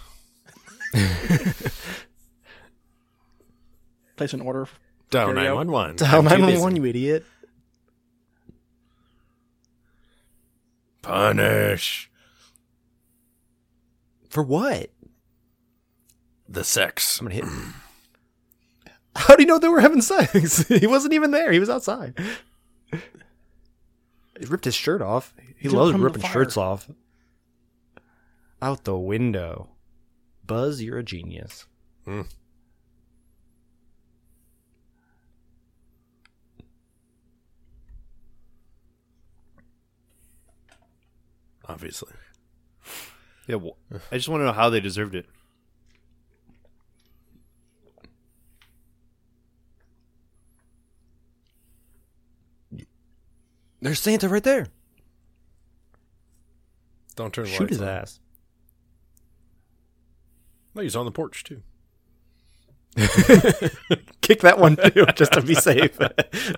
Speaker 5: Place an order.
Speaker 3: Dial
Speaker 5: Carry
Speaker 3: nine
Speaker 5: out.
Speaker 3: one one.
Speaker 6: Dial nine one one, you idiot.
Speaker 3: Punish
Speaker 6: For what?
Speaker 3: the sex.
Speaker 6: I'm gonna hit. [CLEARS THROAT] How do you know they were having sex? [LAUGHS] he wasn't even there. He was outside. He ripped his shirt off. He
Speaker 5: Dude,
Speaker 6: loves
Speaker 5: from the
Speaker 6: ripping
Speaker 5: fire.
Speaker 6: shirts off. out the window. Buzz, you're a genius.
Speaker 3: Obviously.
Speaker 2: Yeah, well, I just want to know how they deserved it.
Speaker 6: There's Santa right there.
Speaker 3: Don't turn the
Speaker 6: Shoot
Speaker 3: lights
Speaker 6: his
Speaker 3: on.
Speaker 6: ass.
Speaker 3: No, he's on the porch too.
Speaker 6: Kick that one [LAUGHS] too, just to be safe.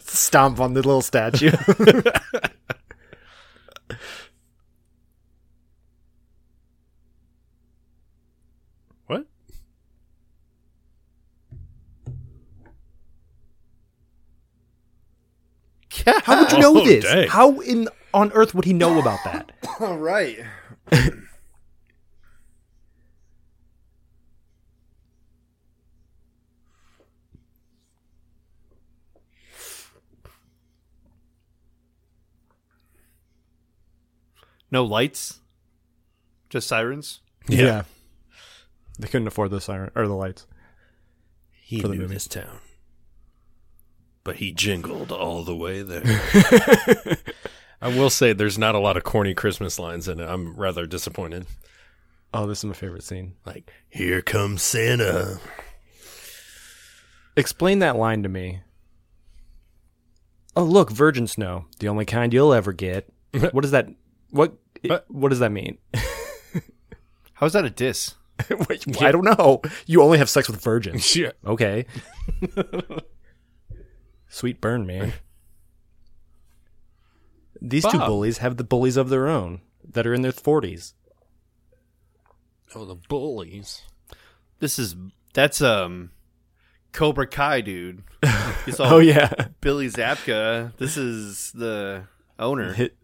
Speaker 6: Stomp on the little statue.
Speaker 3: What?
Speaker 6: How would you know
Speaker 3: Oh,
Speaker 6: this?
Speaker 3: dang.
Speaker 6: How in on earth would he know about that? [LAUGHS]
Speaker 2: All right. No lights, just sirens.
Speaker 3: Yeah.
Speaker 6: They couldn't afford the siren or the lights.
Speaker 3: He
Speaker 6: For the
Speaker 3: knew
Speaker 6: movie.
Speaker 3: this town. But he jingled all the way there. [LAUGHS] I will say there's not a lot of corny Christmas lines in it. I'm rather disappointed.
Speaker 6: Oh, this is my favorite scene.
Speaker 3: Like, here comes [LAUGHS] Santa.
Speaker 6: Explain that line to me. Oh, look, virgin snow, the only kind you'll ever get. [LAUGHS] what does that what
Speaker 3: What?
Speaker 6: what does that mean?
Speaker 2: How is that a diss?
Speaker 6: [LAUGHS] I don't know. You only have sex with virgins.
Speaker 3: Yeah.
Speaker 6: [LAUGHS] Okay. Sweet burn, man. These two
Speaker 3: Bob.
Speaker 6: bullies have the bullies of their own that are in their 40s.
Speaker 3: Oh, the bullies.
Speaker 2: This is that's um Cobra
Speaker 6: [LAUGHS]
Speaker 2: Kai dude. He's all
Speaker 6: Oh, [LAUGHS] yeah.
Speaker 2: Billy Zapka. This is the owner.
Speaker 6: Hit.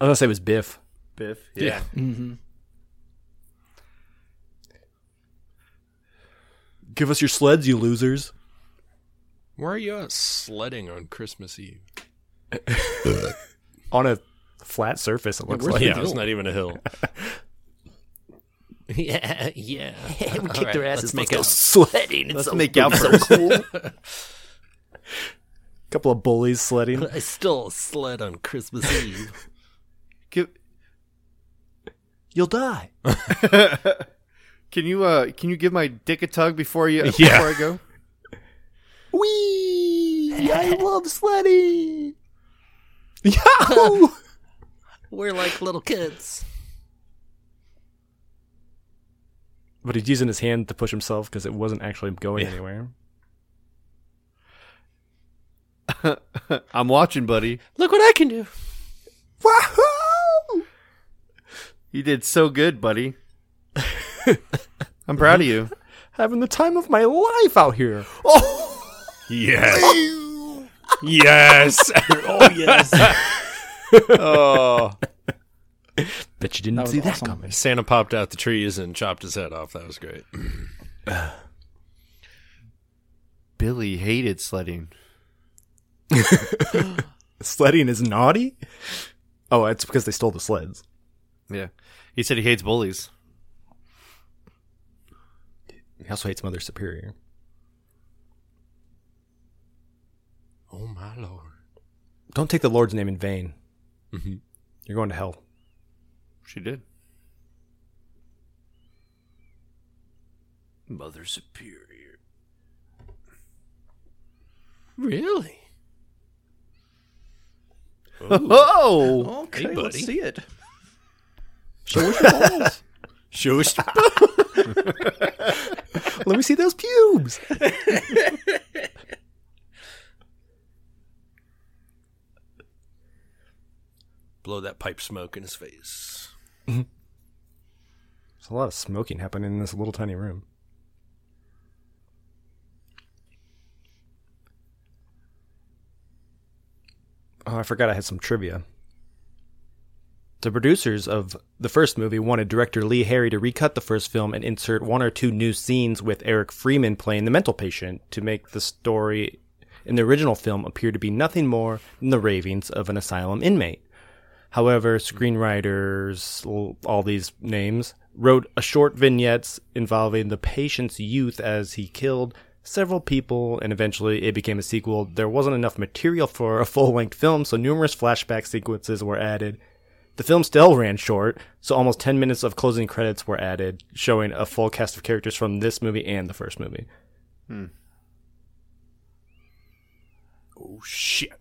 Speaker 6: I was going to say it was Biff.
Speaker 2: Biff. Yeah.
Speaker 5: Mm-hmm.
Speaker 6: Give us your sleds, you losers.
Speaker 3: Where are you out sledding on Christmas Eve?
Speaker 6: On a flat surface, it looks
Speaker 5: where's
Speaker 6: like.
Speaker 5: the
Speaker 3: Yeah, it's not even a hill. yeah, yeah. we kicked their asses. Let's make a
Speaker 6: sledding. It's
Speaker 2: Let's make out first.
Speaker 6: couple of bullies sledding.
Speaker 3: I still [LAUGHS] sled on Christmas Eve.
Speaker 2: Give-
Speaker 6: [LAUGHS] You'll die.
Speaker 2: [LAUGHS] Can you uh can you give my dick a tug before you
Speaker 3: Yeah.
Speaker 2: before I go? [LAUGHS]
Speaker 6: [LAUGHS] Wee! I love sledding. Yahoo!
Speaker 4: We're like little kids.
Speaker 6: but he's using his hand to push himself because it wasn't actually going anywhere.
Speaker 2: I'm watching, buddy.
Speaker 4: Look what I can do.
Speaker 6: Wahoo!
Speaker 2: You did so good, buddy. I'm proud of you.
Speaker 6: Having the time of my life out here.
Speaker 3: Yes. yes. oh, yes.
Speaker 2: Oh,
Speaker 6: Bet you didn't
Speaker 5: That was
Speaker 6: see that
Speaker 5: awesome.
Speaker 6: coming.
Speaker 3: Santa popped out the trees and chopped his head off. That was great.
Speaker 2: [LAUGHS] Billy hated sledding.
Speaker 6: Sledding is naughty. Oh, it's because they stole the sleds.
Speaker 2: Yeah, he said he hates bullies.
Speaker 6: He also hates Mother Superior.
Speaker 3: Oh, my Lord.
Speaker 6: Don't take the Lord's name in vain. Mm-hmm.
Speaker 3: Mhm.
Speaker 6: You're going to hell.
Speaker 2: She did. Mother [LAUGHS] Superior.
Speaker 3: Really?
Speaker 2: Oh,
Speaker 5: Okay,
Speaker 3: Hey, buddy.
Speaker 5: let's see it.
Speaker 3: [LAUGHS] Show us.
Speaker 6: Let me see those pubes.
Speaker 3: Blow that pipe smoke in his face.
Speaker 6: There's a lot of smoking happening in this little tiny room. Oh, I forgot I had some trivia. The producers of the first movie wanted director Lee Harry to recut the first film and insert one or two new scenes with Eric Freeman playing the mental patient to make the story in the original film appear to be nothing more than the ravings of an asylum inmate. However, screenwriters, l- all these names, wrote a short vignettes involving the patient's youth as he killed several people, and eventually it became a sequel. There wasn't enough material for a full length film, so numerous flashback sequences were added. The film still ran short, so almost 10 minutes of closing credits were added, showing a full cast of characters from this movie and the first movie.
Speaker 3: Oh shit.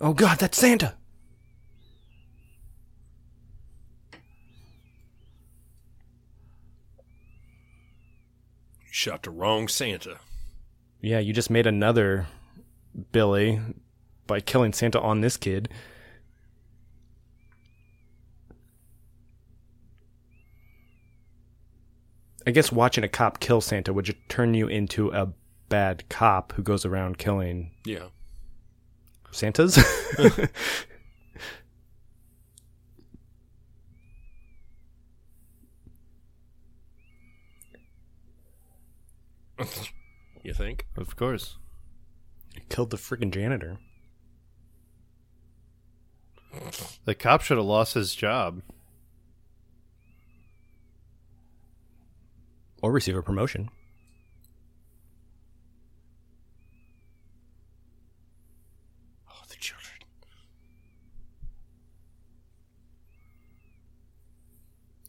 Speaker 6: Oh god, that's Santa!
Speaker 3: You shot the wrong Santa.
Speaker 6: Yeah, you just made another Billy by killing Santa on this kid. I guess watching a cop kill Santa would just turn you into a bad cop who goes around killing
Speaker 3: Yeah.
Speaker 6: Santas. [LAUGHS]
Speaker 3: You think?
Speaker 2: Of course.
Speaker 6: Killed the freaking janitor.
Speaker 2: The cop should have lost his job.
Speaker 6: Or receive a promotion.
Speaker 3: Oh, the children.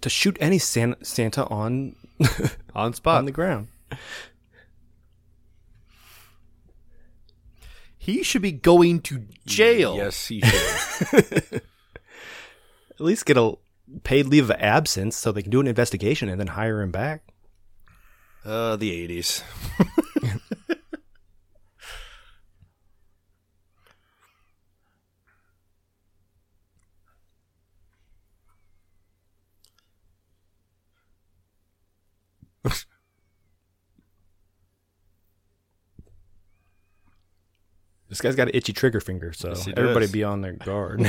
Speaker 6: To shoot any San- Santa on
Speaker 2: On spot.
Speaker 6: on the ground.
Speaker 2: he should be going to jail.
Speaker 3: Yes, he [LAUGHS] should.
Speaker 6: At least get a paid leave of absence so they can do an investigation and then hire him back.
Speaker 3: uh, the eighties.
Speaker 6: This guy's got an itchy trigger finger, so
Speaker 3: Yes, he
Speaker 6: everybody
Speaker 3: does.
Speaker 6: be on their [LAUGHS] guard.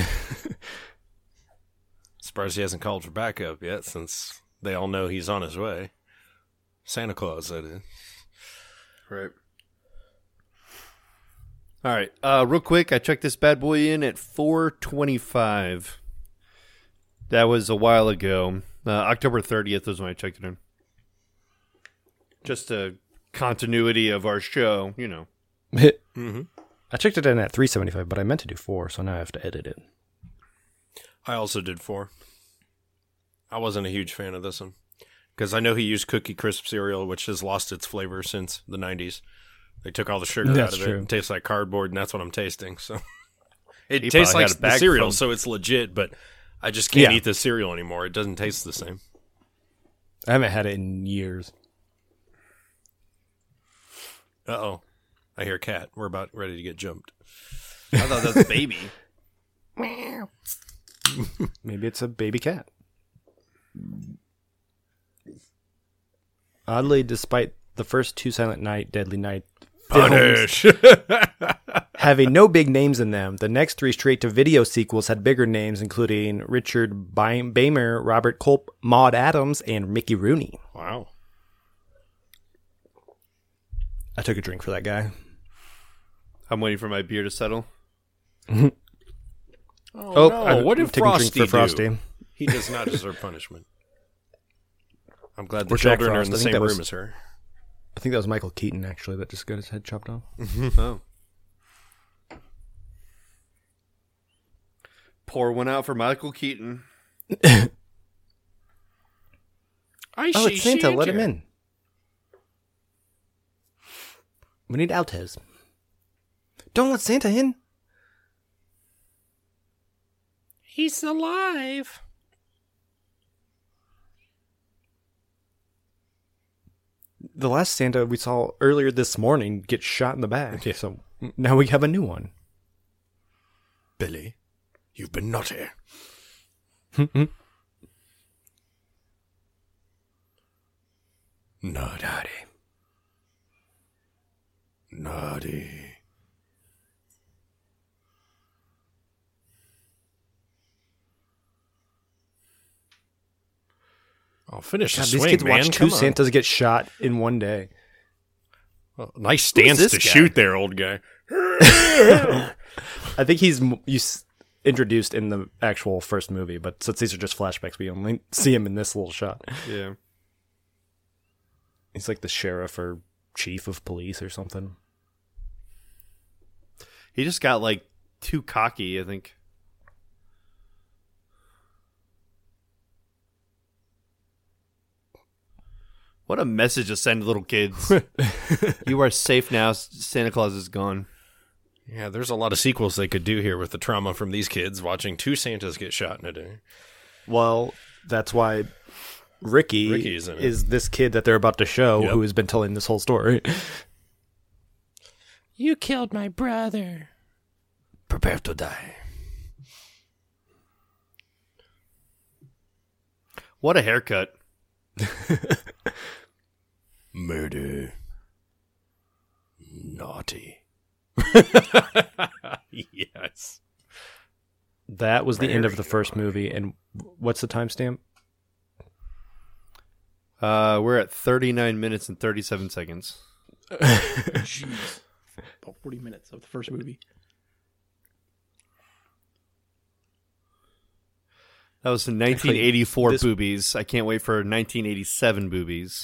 Speaker 3: Surprised he hasn't called for backup yet, since they all know he's on his way. Santa Claus, that is.
Speaker 2: Right. All right. Uh, real quick, I checked this bad boy in at 425. That was a while ago. Uh, October 30th was when I checked it in. Just a continuity of our show, you know.
Speaker 6: Mm-hmm. I checked it in at 375, but I meant to do four, so now I have to edit it.
Speaker 3: I also did four. I wasn't a huge fan of this one because I know he used Cookie Crisp cereal, which has lost its flavor since the '90s. They took all the sugar
Speaker 6: That's
Speaker 3: out of
Speaker 6: true.
Speaker 3: it. It tastes like cardboard, and that's what I'm tasting. So it
Speaker 2: [LAUGHS] He
Speaker 3: tastes
Speaker 2: probably had
Speaker 3: like
Speaker 2: a
Speaker 3: the
Speaker 2: bag
Speaker 3: cereal,
Speaker 2: full.
Speaker 3: so it's legit. But I just can't
Speaker 6: Yeah.
Speaker 3: eat the cereal anymore. It doesn't taste the same.
Speaker 6: I haven't had it in years.
Speaker 3: Uh oh, I hear a cat. We're about ready to get jumped.
Speaker 2: I thought that was a baby.
Speaker 6: Maybe it's a baby cat. Oddly, despite the first two Silent Night, Deadly Night
Speaker 3: Oh,
Speaker 6: films
Speaker 3: [LAUGHS] Punish.
Speaker 6: having no big names in them, the next three straight to video sequels had bigger names, including Richard Baim- Baimer, Robert Culp, Maude Adams, and Mickey Rooney.
Speaker 3: wow.
Speaker 6: I took a drink for that guy.
Speaker 2: I'm waiting for my beer to settle.
Speaker 6: Oh,
Speaker 3: no. What did
Speaker 6: taking a drink
Speaker 3: Frosty do?
Speaker 6: for Frosty?
Speaker 3: He does not deserve punishment. I'm glad the
Speaker 6: Or Jack
Speaker 3: children are in
Speaker 6: Frost.
Speaker 3: the
Speaker 6: I think
Speaker 3: same
Speaker 6: that
Speaker 3: room
Speaker 6: was-
Speaker 3: as her.
Speaker 6: I think that was Michael Keaton actually that just got his head chopped off.
Speaker 2: Oh. Pour one out for
Speaker 4: [LAUGHS]
Speaker 2: Michael Keaton.
Speaker 3: I
Speaker 6: Oh, it's Santa. Let him in. We need Altes. Don't let Santa in.
Speaker 4: He's alive.
Speaker 6: The last Santa we saw earlier this morning get shot in the back. So now we have a new one.
Speaker 3: Billy, you've been naughty. Naughty. Naughty. I'll finish
Speaker 6: God,
Speaker 3: the
Speaker 6: these
Speaker 3: swing,
Speaker 6: kids
Speaker 3: man.
Speaker 6: watch two
Speaker 3: Come on.
Speaker 6: Santas get shot in one day.
Speaker 3: Well, nice stance
Speaker 2: this
Speaker 3: to
Speaker 2: guy?
Speaker 3: shoot there, old guy.
Speaker 6: I think he's m- you s- introduced in the actual first movie, but since these are just flashbacks, we only see him in this little shot.
Speaker 2: Yeah.
Speaker 6: He's like the sheriff or chief of police or something.
Speaker 2: He just got like too cocky, I think. What a message to send little kids. you are safe now. S- Santa Claus is gone.
Speaker 3: Yeah, there's a lot of sequels they could do here with the trauma from these kids watching two Santas get shot in a day.
Speaker 6: Well, that's why Ricky,
Speaker 3: Ricky is in it.
Speaker 6: is this kid that they're about to show
Speaker 3: Yep.
Speaker 6: who has been telling this whole
Speaker 3: [LAUGHS]
Speaker 6: story.
Speaker 4: You killed my brother.
Speaker 3: Prepare to die.
Speaker 2: What a haircut.
Speaker 3: Murder. Naughty. yes.
Speaker 6: That was the end of the first movie. And what's the timestamp?
Speaker 2: Uh, we're at 39 minutes and 37 seconds.
Speaker 5: Jeez. About 40 minutes of the first movie.
Speaker 2: That was in 1984 boobies. I can't wait for 1987 [LAUGHS] boobies.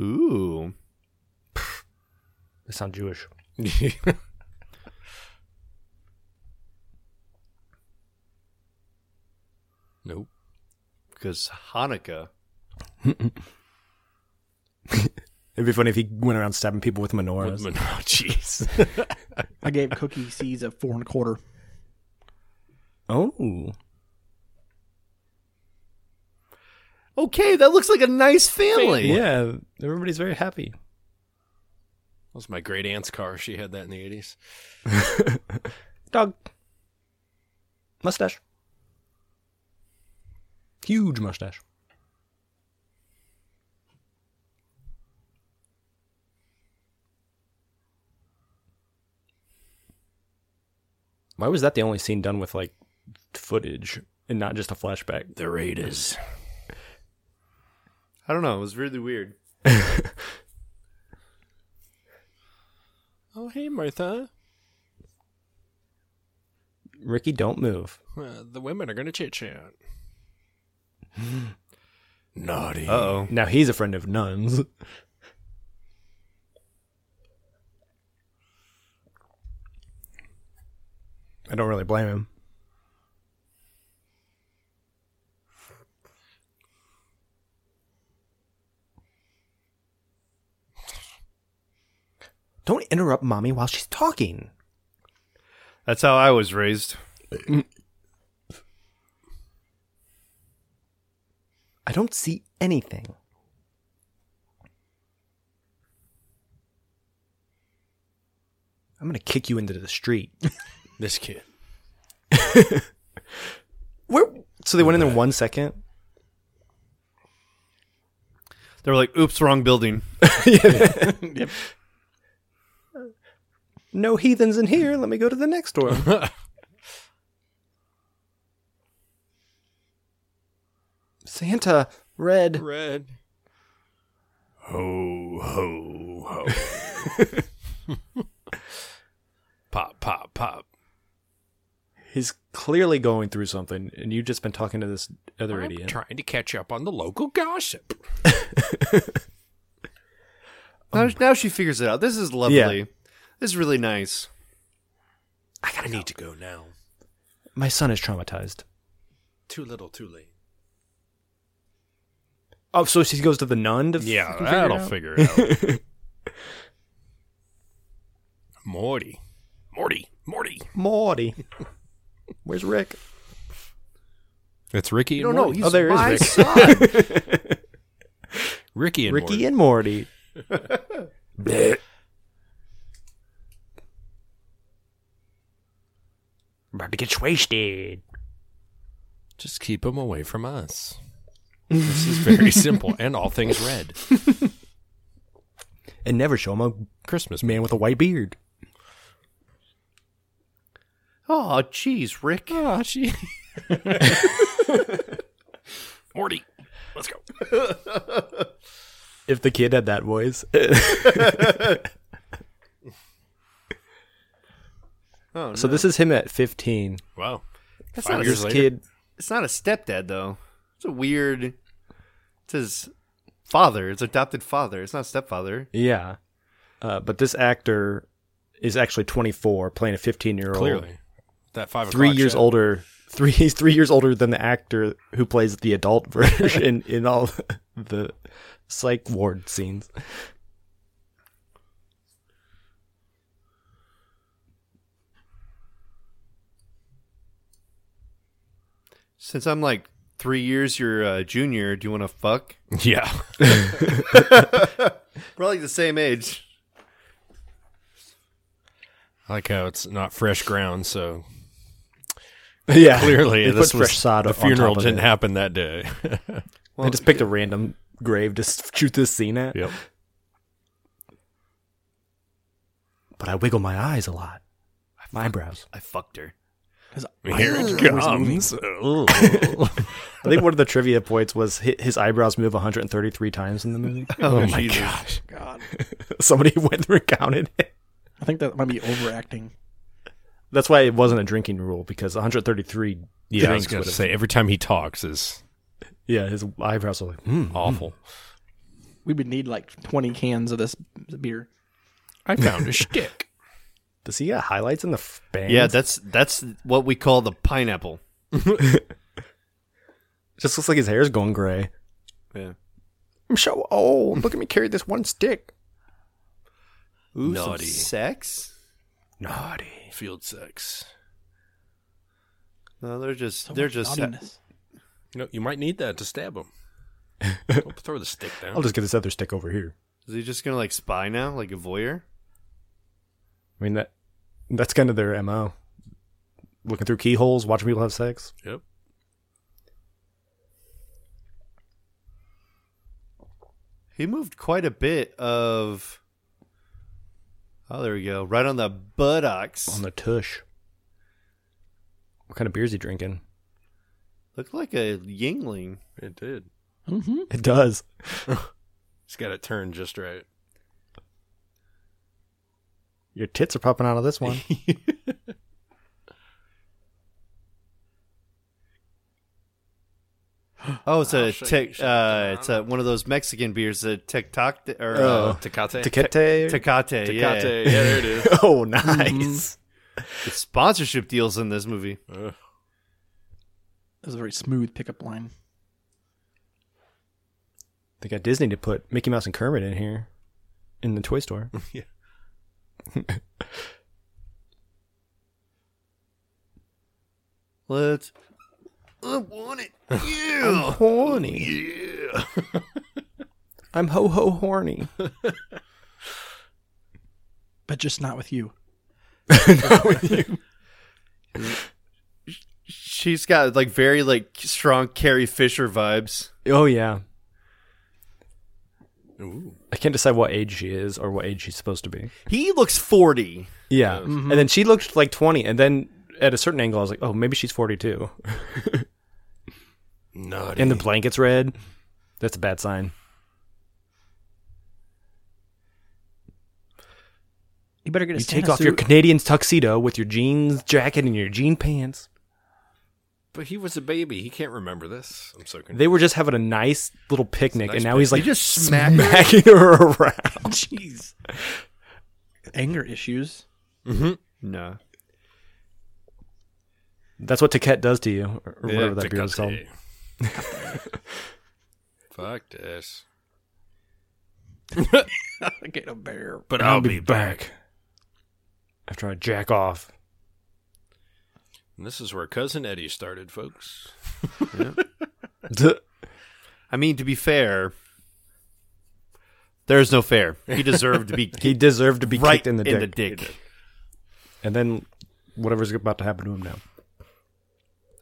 Speaker 2: Ooh.
Speaker 6: They sound Jewish.
Speaker 3: [LAUGHS] nope.
Speaker 2: Because Hanukkah.
Speaker 6: It'd be funny if he went around stabbing people with
Speaker 3: With
Speaker 6: menorahs.
Speaker 3: Mon- oh, [LAUGHS] Jeez.
Speaker 5: I gave Cookie C's a four and a quarter.
Speaker 6: oh.
Speaker 2: Okay, that looks like a nice family.
Speaker 6: Yeah, everybody's very happy.
Speaker 3: That was my great aunt's car. She had that in the 80s.
Speaker 6: Dog. Mustache. Huge mustache. Why was that the only scene done with like footage and not just a flashback?
Speaker 3: The Raiders.
Speaker 2: I don't know. It was really weird.
Speaker 3: Oh, hey, Martha.
Speaker 6: Ricky, don't move.
Speaker 3: Uh, the women are going to chit chat. Naughty.
Speaker 2: Uh oh.
Speaker 6: Now he's a friend of nuns. [LAUGHS] I don't really blame him. Don't interrupt mommy while she's talking.
Speaker 2: That's how I was raised.
Speaker 6: I don't see anything. I'm gonna kick you into the street. [LAUGHS]
Speaker 3: This kid.
Speaker 6: Where? So they went in there one second.
Speaker 2: They were like, oops, wrong building.
Speaker 6: No heathens in here. Let me go to the next door. [LAUGHS] Santa, red.
Speaker 3: Red. Ho, ho, ho. [LAUGHS] pop, pop, pop.
Speaker 6: He's clearly going through something, and you've just been talking to this other
Speaker 3: I'm
Speaker 6: idiot.
Speaker 3: trying to catch up on the local gossip.
Speaker 2: Now, now she figures it out. This is lovely.
Speaker 6: Yeah.
Speaker 2: This is really nice.
Speaker 3: I gotta need to go now.
Speaker 6: My son is traumatized.
Speaker 3: Too little, too late.
Speaker 6: Oh, so she goes to the nun to
Speaker 3: [LAUGHS] Yeah,
Speaker 6: fucking figure it
Speaker 3: that'll
Speaker 6: out?
Speaker 3: figure it out. [LAUGHS] Morty. Morty. Morty.
Speaker 6: Morty. Where's Rick?
Speaker 3: It's Ricky
Speaker 2: No, no, he's
Speaker 6: Oh, there is
Speaker 2: my
Speaker 6: Rick.
Speaker 2: [LAUGHS] son.
Speaker 3: Ricky and
Speaker 6: Ricky
Speaker 3: Morty.
Speaker 6: and Morty. About to get wasted.
Speaker 3: Just keep him away from [LAUGHS] us. this is very simple and all things red.
Speaker 6: And never show him a
Speaker 3: Christmas.
Speaker 6: man with a white beard.
Speaker 2: Oh, jeez, Rick.
Speaker 4: Oh,
Speaker 3: [LAUGHS]
Speaker 4: she.
Speaker 3: Morty, let's go.
Speaker 6: If the kid had that voice,
Speaker 2: Oh,
Speaker 6: so this is him at 15.
Speaker 3: Wow.
Speaker 2: That's
Speaker 3: Five
Speaker 2: not
Speaker 3: years
Speaker 2: a,
Speaker 3: later.
Speaker 6: Kid,
Speaker 2: It's not a stepdad though. It's a weird. It's his father. It's adopted father. It's not stepfather.
Speaker 6: yeah. Uh, but this actor is actually 24, playing a 15 year old.
Speaker 3: Clearly, that five
Speaker 6: three
Speaker 3: o'clock
Speaker 6: years
Speaker 3: shot.
Speaker 6: older. Three [LAUGHS] he's three years older than the actor who plays the adult [LAUGHS] version in all the psych ward scenes. [LAUGHS]
Speaker 2: Since I'm like three years your uh, junior, do you want to fuck?
Speaker 3: Yeah.
Speaker 2: We're like the same age.
Speaker 3: I like how it's not fresh ground, so [LAUGHS]
Speaker 6: yeah,
Speaker 3: clearly
Speaker 6: they
Speaker 3: this
Speaker 6: put
Speaker 3: was
Speaker 6: fresh sod
Speaker 3: the
Speaker 6: on
Speaker 3: funeral
Speaker 6: top of
Speaker 3: didn't
Speaker 6: it.
Speaker 3: happen that day.
Speaker 6: They just picked a random grave to [LAUGHS] s- shoot this scene at.
Speaker 3: [LAUGHS] yep.
Speaker 6: But I wiggle my eyes a lot, my eyebrows.
Speaker 2: I fucked her.
Speaker 3: Here it comes. Oh, Ooh.
Speaker 6: [LAUGHS] I think one of the trivia points was hi- his eyebrows move 133 times in the movie. [LAUGHS]
Speaker 2: Oh, my god!
Speaker 5: God,
Speaker 6: Somebody [LAUGHS] went through and counted it.
Speaker 5: I think that might be overacting.
Speaker 6: That's why it wasn't a drinking rule because 133
Speaker 3: yeah, I was
Speaker 6: drinks
Speaker 3: gonna
Speaker 6: would have.
Speaker 3: say every time he talks is
Speaker 6: Yeah, his eyebrows were like, hmm.
Speaker 3: awful.
Speaker 5: We would need like 20 cans of this beer.
Speaker 3: I found [LAUGHS] a shtick.
Speaker 6: Does he got highlights in the f- bangs?
Speaker 2: Yeah, that's that's what we call the pineapple.
Speaker 6: just looks like his hair's going gray.
Speaker 2: Yeah.
Speaker 6: I'm so old. Look at me carry this one stick.
Speaker 2: Ooh,
Speaker 3: Naughty.
Speaker 2: some sex.
Speaker 6: Naughty.
Speaker 3: Field sex.
Speaker 2: No, they're just they're just
Speaker 5: Naughtiness.
Speaker 3: No, you might need that to stab [LAUGHS] him. Don't throw the stick down.
Speaker 6: I'll just get this other stick over here.
Speaker 2: Is he just gonna like spy now, like a voyeur?
Speaker 6: I mean that that's kind of their MO. Looking through keyholes, watching people have sex.
Speaker 3: Yep.
Speaker 2: He moved quite a bit of. Oh, there we go. Right on the buttocks.
Speaker 6: On the tush. What kind of beer is he drinking?
Speaker 2: Looked like a yingling.
Speaker 3: It did.
Speaker 5: Mm-hmm.
Speaker 6: It does.
Speaker 3: He's got it turned just right.
Speaker 6: Your tits are popping out of this one.
Speaker 2: Oh, it's a
Speaker 3: shake-
Speaker 2: tec-
Speaker 3: shake
Speaker 2: uh,
Speaker 3: it
Speaker 2: it's a, one of those Mexican beers, a tectoc or
Speaker 6: Oh.
Speaker 2: uh,
Speaker 3: Tecate.
Speaker 6: Tecate.
Speaker 2: tecate. Yeah, [LAUGHS]
Speaker 3: Tecate. Yeah, there it is.
Speaker 6: [LAUGHS] oh, nice.
Speaker 2: The sponsorship deals in this movie.
Speaker 3: Ugh.
Speaker 5: That was a very smooth pickup line.
Speaker 6: They got Disney to put Mickey Mouse and Kermit in here in the toy store.
Speaker 3: Yeah.
Speaker 2: Let's. I want it.
Speaker 6: I'm
Speaker 2: Yeah.
Speaker 6: horny.
Speaker 3: yeah.
Speaker 6: I'm ho ho horny.
Speaker 5: But just not with you.
Speaker 2: She's got like very like strong Carrie Fisher vibes.
Speaker 6: Oh yeah.
Speaker 3: Ooh.
Speaker 6: I can't decide what age she is or what age she's supposed to be.
Speaker 2: He looks forty.
Speaker 6: Yeah. And then she looked like 20 and then at a certain angle I was like, "Oh, maybe she's 42."
Speaker 3: Naughty. [LAUGHS]
Speaker 6: And the blanket's red. That's a bad sign.
Speaker 5: You better get a
Speaker 6: You
Speaker 5: Santa
Speaker 6: take off
Speaker 5: suit.
Speaker 6: your Canadian tuxedo with your jeans jacket and your jean pants.
Speaker 3: but he was a baby. He can't remember this. I'm so confused.
Speaker 6: They were just having a nice little picnic
Speaker 3: nice
Speaker 6: and now he's like
Speaker 2: He just smacked
Speaker 6: [LAUGHS]
Speaker 2: her.
Speaker 6: smacking her around.
Speaker 5: [LAUGHS] Jeez. Anger issues.
Speaker 2: No.
Speaker 6: That's what Taquette does to you or whatever that beer is called.
Speaker 3: Tecate.
Speaker 6: [LAUGHS]
Speaker 3: Fuck this.
Speaker 5: [LAUGHS] Get a bear.
Speaker 3: But
Speaker 6: I'll be back. After I jack
Speaker 2: [LAUGHS]
Speaker 6: off.
Speaker 3: And this is where Cousin Eddie started, folks.
Speaker 6: Duh.
Speaker 2: I mean, to be fair, there's no fair. He deserved
Speaker 6: [LAUGHS]
Speaker 2: to be
Speaker 6: He deserved to be
Speaker 2: right
Speaker 6: kicked in the dick.
Speaker 2: in the dick.
Speaker 6: And then whatever's about to happen to him now.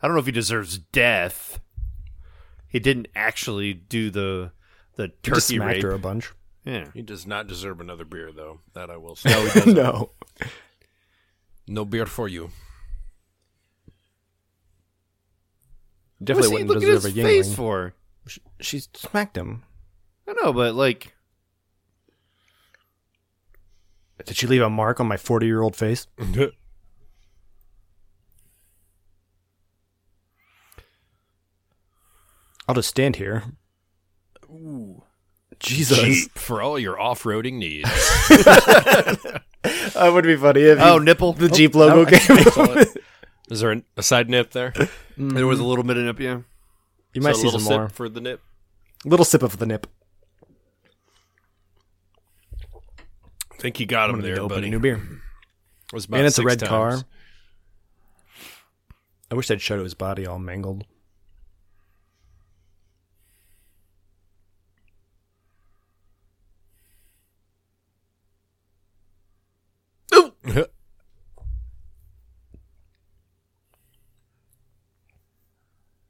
Speaker 2: I don't know if he deserves death. He didn't actually do the the
Speaker 6: He just
Speaker 2: turkey
Speaker 6: smacked
Speaker 2: rape.
Speaker 6: her a
Speaker 2: [LAUGHS]
Speaker 6: bunch.
Speaker 2: Yeah.
Speaker 3: He does not deserve another [LAUGHS] beer, though. That I will say.
Speaker 6: no. [LAUGHS]
Speaker 3: no beer for you.
Speaker 6: Definitely
Speaker 2: What's he
Speaker 6: wouldn't
Speaker 2: looking at
Speaker 6: deserve
Speaker 2: his
Speaker 6: a
Speaker 2: face
Speaker 6: Yingling.
Speaker 2: for?
Speaker 6: Sh- she smacked him.
Speaker 2: I know, but like,
Speaker 6: Did she leave a mark on my forty-year-old face? I'll just stand here. Jesus,
Speaker 3: Cheap for all your off-roading needs.
Speaker 6: [LAUGHS] that would be funny if
Speaker 2: oh, nipple.
Speaker 6: the Jeep logo came.
Speaker 3: [LAUGHS]
Speaker 2: [LAUGHS]
Speaker 3: Is there an- a side nip there?
Speaker 6: Mm-hmm.
Speaker 2: There was a little bit of nip, yeah.
Speaker 6: you might
Speaker 3: So a
Speaker 6: see
Speaker 3: little
Speaker 6: some
Speaker 3: sip
Speaker 6: more.
Speaker 3: for the nip.
Speaker 6: Little sip of the nip.
Speaker 3: I think you got him
Speaker 6: I'm gonna
Speaker 3: there,
Speaker 6: go open
Speaker 3: buddy.
Speaker 6: a new beer.
Speaker 3: It was about
Speaker 6: And it's a
Speaker 3: six
Speaker 6: red
Speaker 3: times.
Speaker 6: car. I wish they'd showed his body all mangled.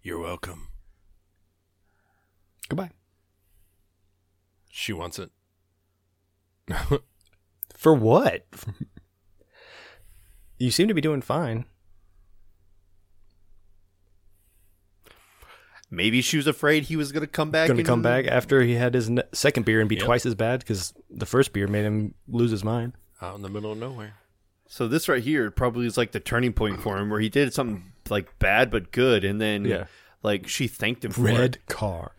Speaker 3: You're welcome.
Speaker 6: Goodbye.
Speaker 3: She wants it.
Speaker 6: For what? [LAUGHS] you seem to be doing fine.
Speaker 2: Maybe she was afraid he was gonna come back.
Speaker 6: Going to
Speaker 2: and-
Speaker 6: come back after he had his ne- second beer and be
Speaker 3: Yep.
Speaker 6: twice as bad because the first beer made him lose his mind.
Speaker 3: Out in the middle of nowhere.
Speaker 2: So this right here probably is like the turning point for him, where he did something like bad but good, and then
Speaker 6: Yeah.
Speaker 2: like she thanked him for it.
Speaker 6: Red car.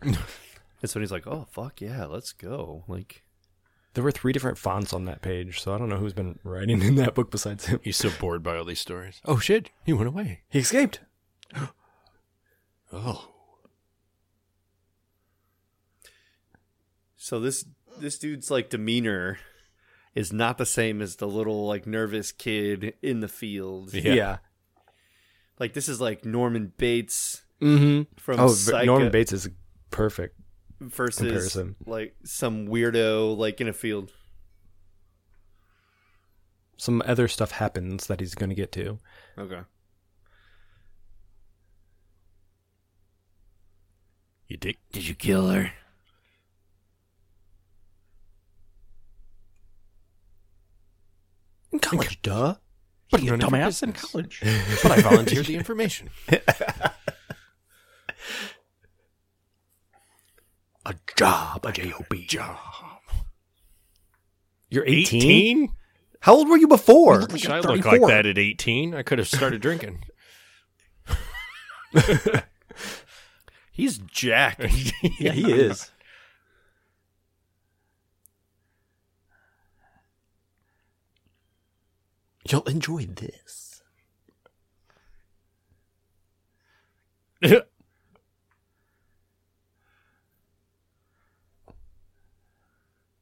Speaker 2: That's when he's like, "Oh fuck yeah, let's go!" Like,
Speaker 6: [LAUGHS] there were three different fonts on that page, so I don't know who's been writing in that book besides him.
Speaker 3: He's so bored by all these stories. Oh shit! He went away.
Speaker 6: He escaped.
Speaker 3: Oh,
Speaker 2: so this this dude's like demeanor is not the same as the little like nervous kid in the field.
Speaker 3: Yeah.
Speaker 2: Like this is like Norman Bates
Speaker 6: Mm-hmm.
Speaker 2: from
Speaker 6: Oh,
Speaker 2: Psycho
Speaker 6: v- Norman Bates is perfect.
Speaker 2: versus
Speaker 6: comparison.
Speaker 2: like some weirdo like in a field.
Speaker 6: Some other stuff happens that he's going to get to.
Speaker 2: Okay.
Speaker 3: you dick.
Speaker 1: Did you kill her?
Speaker 5: in college, duh.
Speaker 3: But
Speaker 5: You dumbass in [LAUGHS] college.
Speaker 3: But I volunteered the information.
Speaker 6: A job, a job, job. You're 18?
Speaker 3: 18?
Speaker 6: How old were you before?
Speaker 3: Wish I look like that at 18. I could have started [LAUGHS] drinking.
Speaker 2: He's jacked.
Speaker 6: yeah, he is. You'll enjoy this.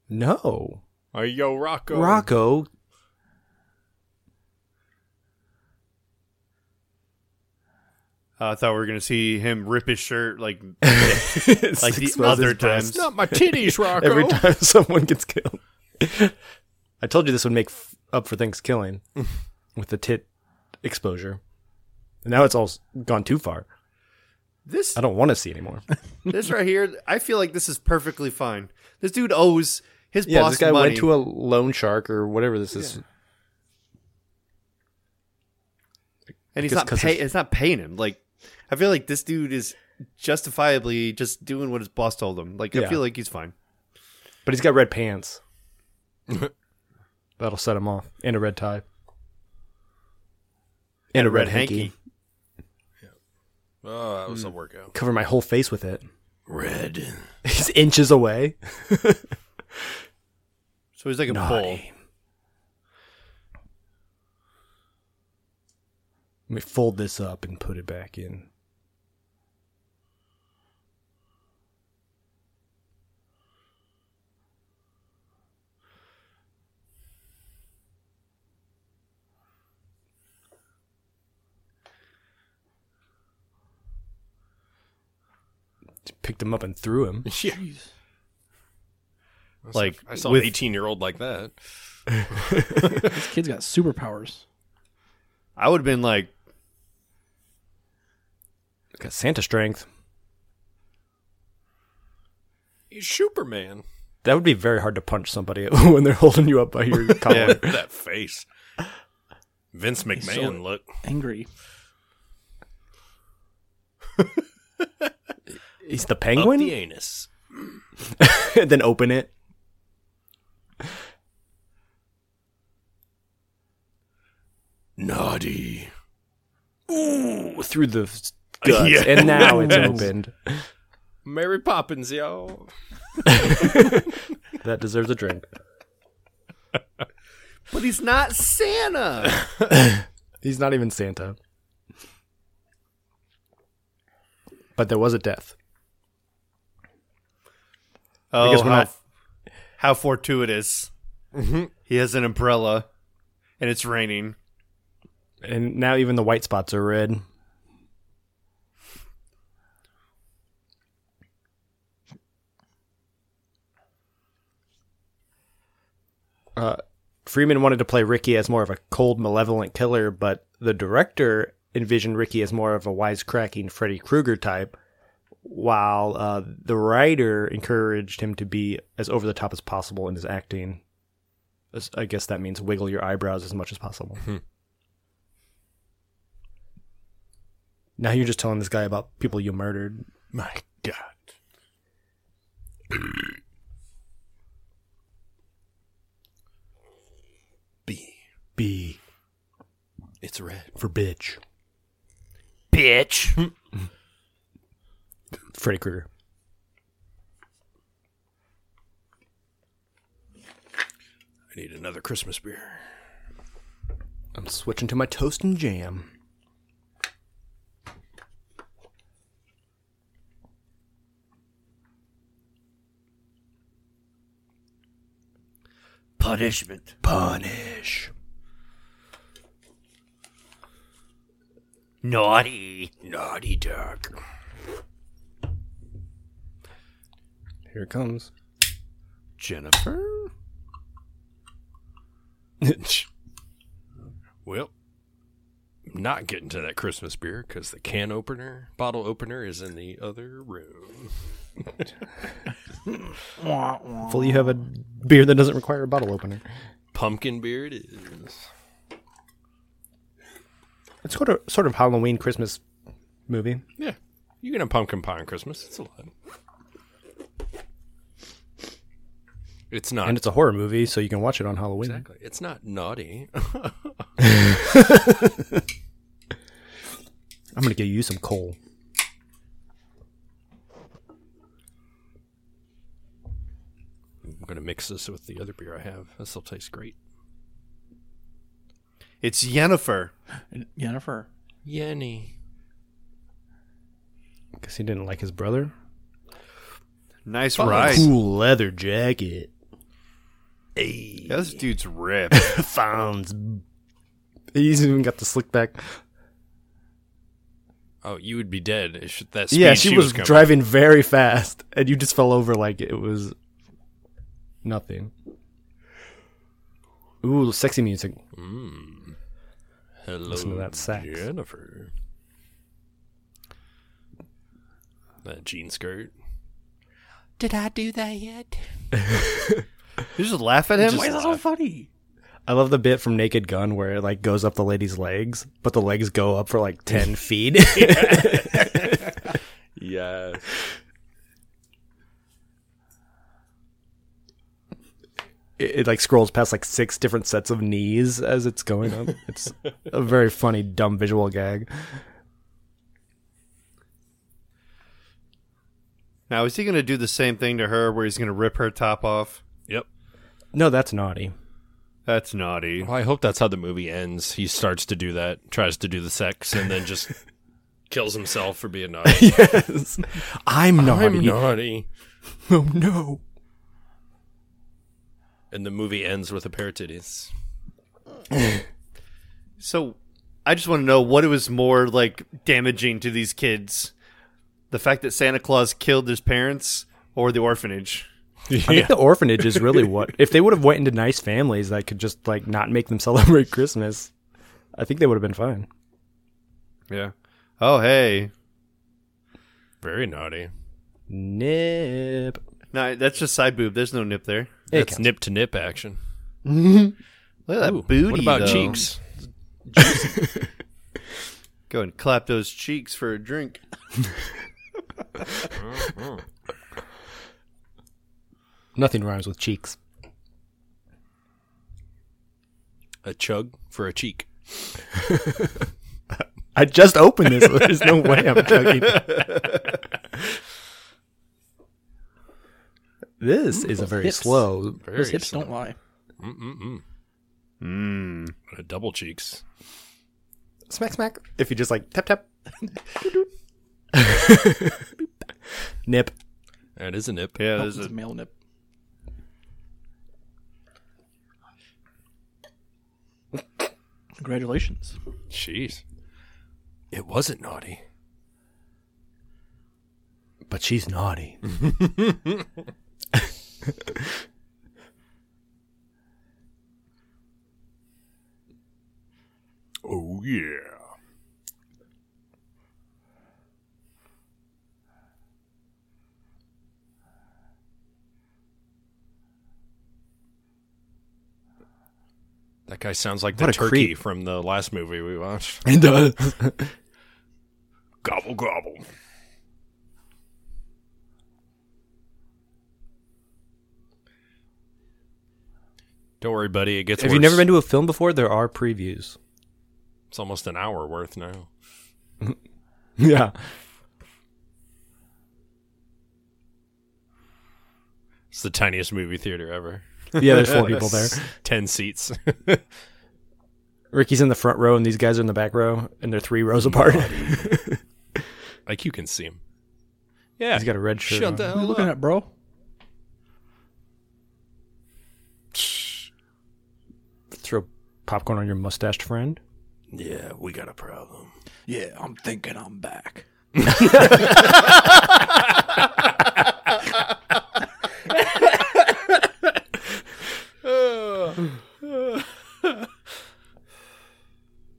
Speaker 6: No.
Speaker 3: [LAUGHS] Are yo
Speaker 6: [LAUGHS]
Speaker 3: Rocco?
Speaker 6: Rocco.
Speaker 2: Uh, I thought we were gonna see him rip his shirt
Speaker 6: [LAUGHS]
Speaker 2: like like the
Speaker 6: Expose
Speaker 2: other
Speaker 6: his breast.
Speaker 2: times.
Speaker 3: Not my titties, Rocco.
Speaker 6: every time [LAUGHS] someone gets killed. [LAUGHS] I told you this would make f- up for [LAUGHS] Thanksgiving with the tit exposure. And now it's all s- gone too far.
Speaker 2: This
Speaker 6: I don't want to see anymore.
Speaker 2: this right here, I feel like this is perfectly fine. This dude owes his
Speaker 6: [LAUGHS] yeah,
Speaker 2: boss
Speaker 6: this guy
Speaker 2: money.
Speaker 6: went to a loan shark or whatever this is.
Speaker 2: and he's
Speaker 6: Just
Speaker 2: not
Speaker 6: 'cause
Speaker 2: pay,
Speaker 6: it's-
Speaker 2: it's not paying him. Like I feel like this dude is justifiably just doing what his boss told him. Like I
Speaker 6: Yeah.
Speaker 2: feel like he's fine.
Speaker 6: But he's got red [LAUGHS] pants. That'll set him off. And a red tie. And, a red, hanky.
Speaker 3: Oh, that was a workout.
Speaker 6: Cover my whole face with it. [LAUGHS]
Speaker 3: Red.
Speaker 6: He's inches away.
Speaker 2: So he's like a bull.
Speaker 6: Naughty. Let me fold this up and put it back in. Picked him up and threw him.
Speaker 3: [LAUGHS] Yeah.
Speaker 2: Like
Speaker 3: I saw
Speaker 2: with
Speaker 3: an 18 year old like that.
Speaker 5: This kid's got superpowers.
Speaker 2: I would have been like,
Speaker 6: Got Santa strength.
Speaker 3: He's Superman.
Speaker 6: That would be very hard to punch somebody [LAUGHS] when they're holding you up by [LAUGHS] your collar.
Speaker 3: [LAUGHS] that face. Vince McMahon,
Speaker 5: sold it.
Speaker 3: look.
Speaker 5: Angry.
Speaker 6: He's the
Speaker 3: Up
Speaker 6: penguin?
Speaker 3: the anus.
Speaker 6: [LAUGHS] then open it.
Speaker 3: Naughty.
Speaker 6: Ooh, through the
Speaker 3: [LAUGHS]
Speaker 6: s- guts. And now it's opened.
Speaker 3: Mary Poppins, yo.
Speaker 6: That deserves a drink.
Speaker 2: But he's not [LAUGHS] Santa.
Speaker 6: He's not even Santa. But there was a death.
Speaker 2: Oh,
Speaker 6: guess we're
Speaker 2: how,
Speaker 6: not-
Speaker 2: how fortuitous. He has an umbrella and it's raining.
Speaker 6: And now even the white spots are red. Uh, Freeman wanted to play Ricky as more of a cold, malevolent killer, but the director envisioned Ricky as more of a wisecracking Freddy Krueger type, while uh, the writer encouraged him to be as over the top as possible in his acting. As- I guess that means wiggle your eyebrows as much as possible. Now you're just telling this guy about people you murdered.
Speaker 3: My God. B.
Speaker 6: B
Speaker 3: It's red.
Speaker 6: for bitch.
Speaker 2: Bitch.
Speaker 6: [LAUGHS] Freddy Krueger.
Speaker 3: I need another Christmas beer.
Speaker 6: I'm switching to my toast and jam.
Speaker 2: Punishment.
Speaker 6: Punish.
Speaker 2: Naughty.
Speaker 3: Naughty dog.
Speaker 6: Here it comes. [LAUGHS]
Speaker 2: Jennifer?
Speaker 3: Well, I'm not getting to that Christmas beer because the can opener, bottle opener is in the other room.
Speaker 6: Hopefully you have a beer that doesn't require a bottle opener.
Speaker 3: Pumpkin beer it is.
Speaker 6: It's sort of sort of Halloween Christmas movie.
Speaker 3: Yeah. You can have pumpkin pie on Christmas. It's a lot. It's not
Speaker 6: And it's a horror movie, so you can watch it on Halloween.
Speaker 3: [LAUGHS] exactly. It's not naughty.
Speaker 6: I'm gonna give you some coal.
Speaker 3: I'm gonna mix this with the other beer I have. This will taste great.
Speaker 2: It's Jennifer.
Speaker 5: Jennifer.
Speaker 3: Yenny.
Speaker 6: Because he didn't like his brother.
Speaker 2: Nice
Speaker 3: Oh,
Speaker 2: ride.
Speaker 6: Cool leather jacket.
Speaker 2: Yeah, this dude's ripped.
Speaker 6: Fonz. He's even got the slick back.
Speaker 3: Oh, you would be dead. If that speed
Speaker 6: yeah, she, was,
Speaker 3: coming.
Speaker 6: driving very fast, and you just fell over like it was nothing. Ooh, sexy music.
Speaker 3: Hello,
Speaker 6: Listen to that sax.
Speaker 3: Jennifer. That jean skirt.
Speaker 4: Did I do that yet?
Speaker 2: You [LAUGHS] just laugh at him?
Speaker 5: Why is that so funny?
Speaker 6: I love the bit from Naked Gun where it like goes up the lady's legs, but the legs go up for like ten feet.
Speaker 3: Yes.
Speaker 6: it, it like scrolls past like six different sets of knees as it's going up. It's a very funny, dumb visual gag.
Speaker 2: Now, is he going to do the same thing to her where he's going to rip her top off?
Speaker 3: Yep.
Speaker 6: No, that's naughty.
Speaker 2: That's naughty.
Speaker 3: Well, I hope that's how the movie ends. He starts to do that, tries to do the sex, and then just [LAUGHS] kills himself for being [LAUGHS] naughty.
Speaker 6: yes, I'm naughty.
Speaker 3: I'm naughty.
Speaker 6: Oh no.
Speaker 3: And the movie ends with a pair of [LAUGHS] titties.
Speaker 2: So, I just want to know what it was more like damaging to these kids the fact that Santa Claus killed his parents or the orphanage?
Speaker 6: I think the orphanage is [LAUGHS] really what if they would have went into nice families that could just like not make them [LAUGHS] celebrate Christmas, I think they would have been fine.
Speaker 2: Yeah. Oh, hey.
Speaker 3: Very naughty.
Speaker 6: Nip.
Speaker 2: No, that's just side boob. There's no nip there.
Speaker 3: It's nip to nip action.
Speaker 2: Look at that
Speaker 3: Ooh,
Speaker 2: booty.
Speaker 3: what about
Speaker 2: though.
Speaker 3: cheeks?
Speaker 2: Go and clap those cheeks for a drink.
Speaker 6: Nothing rhymes with cheeks.
Speaker 3: A chug for a cheek.
Speaker 6: I just opened this. There's no way I'm chugging. [LAUGHS] this is a very
Speaker 5: hips.
Speaker 6: slow.
Speaker 5: Those hips don't lie.
Speaker 3: Uh, Double cheeks.
Speaker 6: smack smack. If you just like tap [LAUGHS] tap, nip.
Speaker 3: That is a nip.
Speaker 2: Yeah,
Speaker 5: Oh,
Speaker 2: there's
Speaker 5: it's
Speaker 2: a,
Speaker 5: a male nip. Congratulations.
Speaker 3: Jeez. It wasn't naughty.
Speaker 6: But she's naughty.
Speaker 3: Oh, yeah. That guy sounds like
Speaker 6: What
Speaker 3: the
Speaker 6: a
Speaker 3: turkey
Speaker 6: creep.
Speaker 3: from the last movie we watched.
Speaker 6: It does.
Speaker 3: Gobble, gobble. Don't worry, buddy. It gets
Speaker 6: Have
Speaker 3: worse.
Speaker 6: you never been to a film before? There are previews.
Speaker 3: It's almost an hour worth now.
Speaker 6: Yeah.
Speaker 3: It's the tiniest movie theater ever.
Speaker 6: Yeah, there's
Speaker 3: [LAUGHS]
Speaker 6: four people there.
Speaker 3: Ten seats. [LAUGHS]
Speaker 6: Ricky's in the front row and these guys are in the back row and they're three rows
Speaker 3: [LAUGHS]
Speaker 6: apart.
Speaker 3: like you can see him. Yeah.
Speaker 6: He's got a red shirt.
Speaker 3: Shut
Speaker 6: on.
Speaker 3: the
Speaker 5: What are you
Speaker 3: hell
Speaker 5: looking
Speaker 3: up.
Speaker 5: at, bro?
Speaker 6: Throw popcorn on your mustached friend.
Speaker 3: Yeah, we got a problem.
Speaker 5: Yeah, I'm thinking I'm back.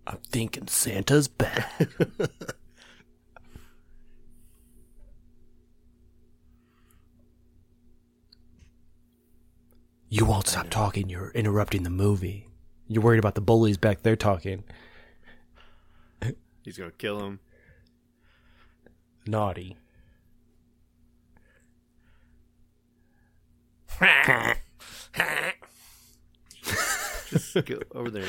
Speaker 6: I'm thinking Santa's back. [LAUGHS] you won't stop talking. You're interrupting the movie. You're worried about the bullies back there talking.
Speaker 2: he's gonna kill him.
Speaker 6: Naughty.
Speaker 2: Go over
Speaker 3: [LAUGHS]
Speaker 2: there.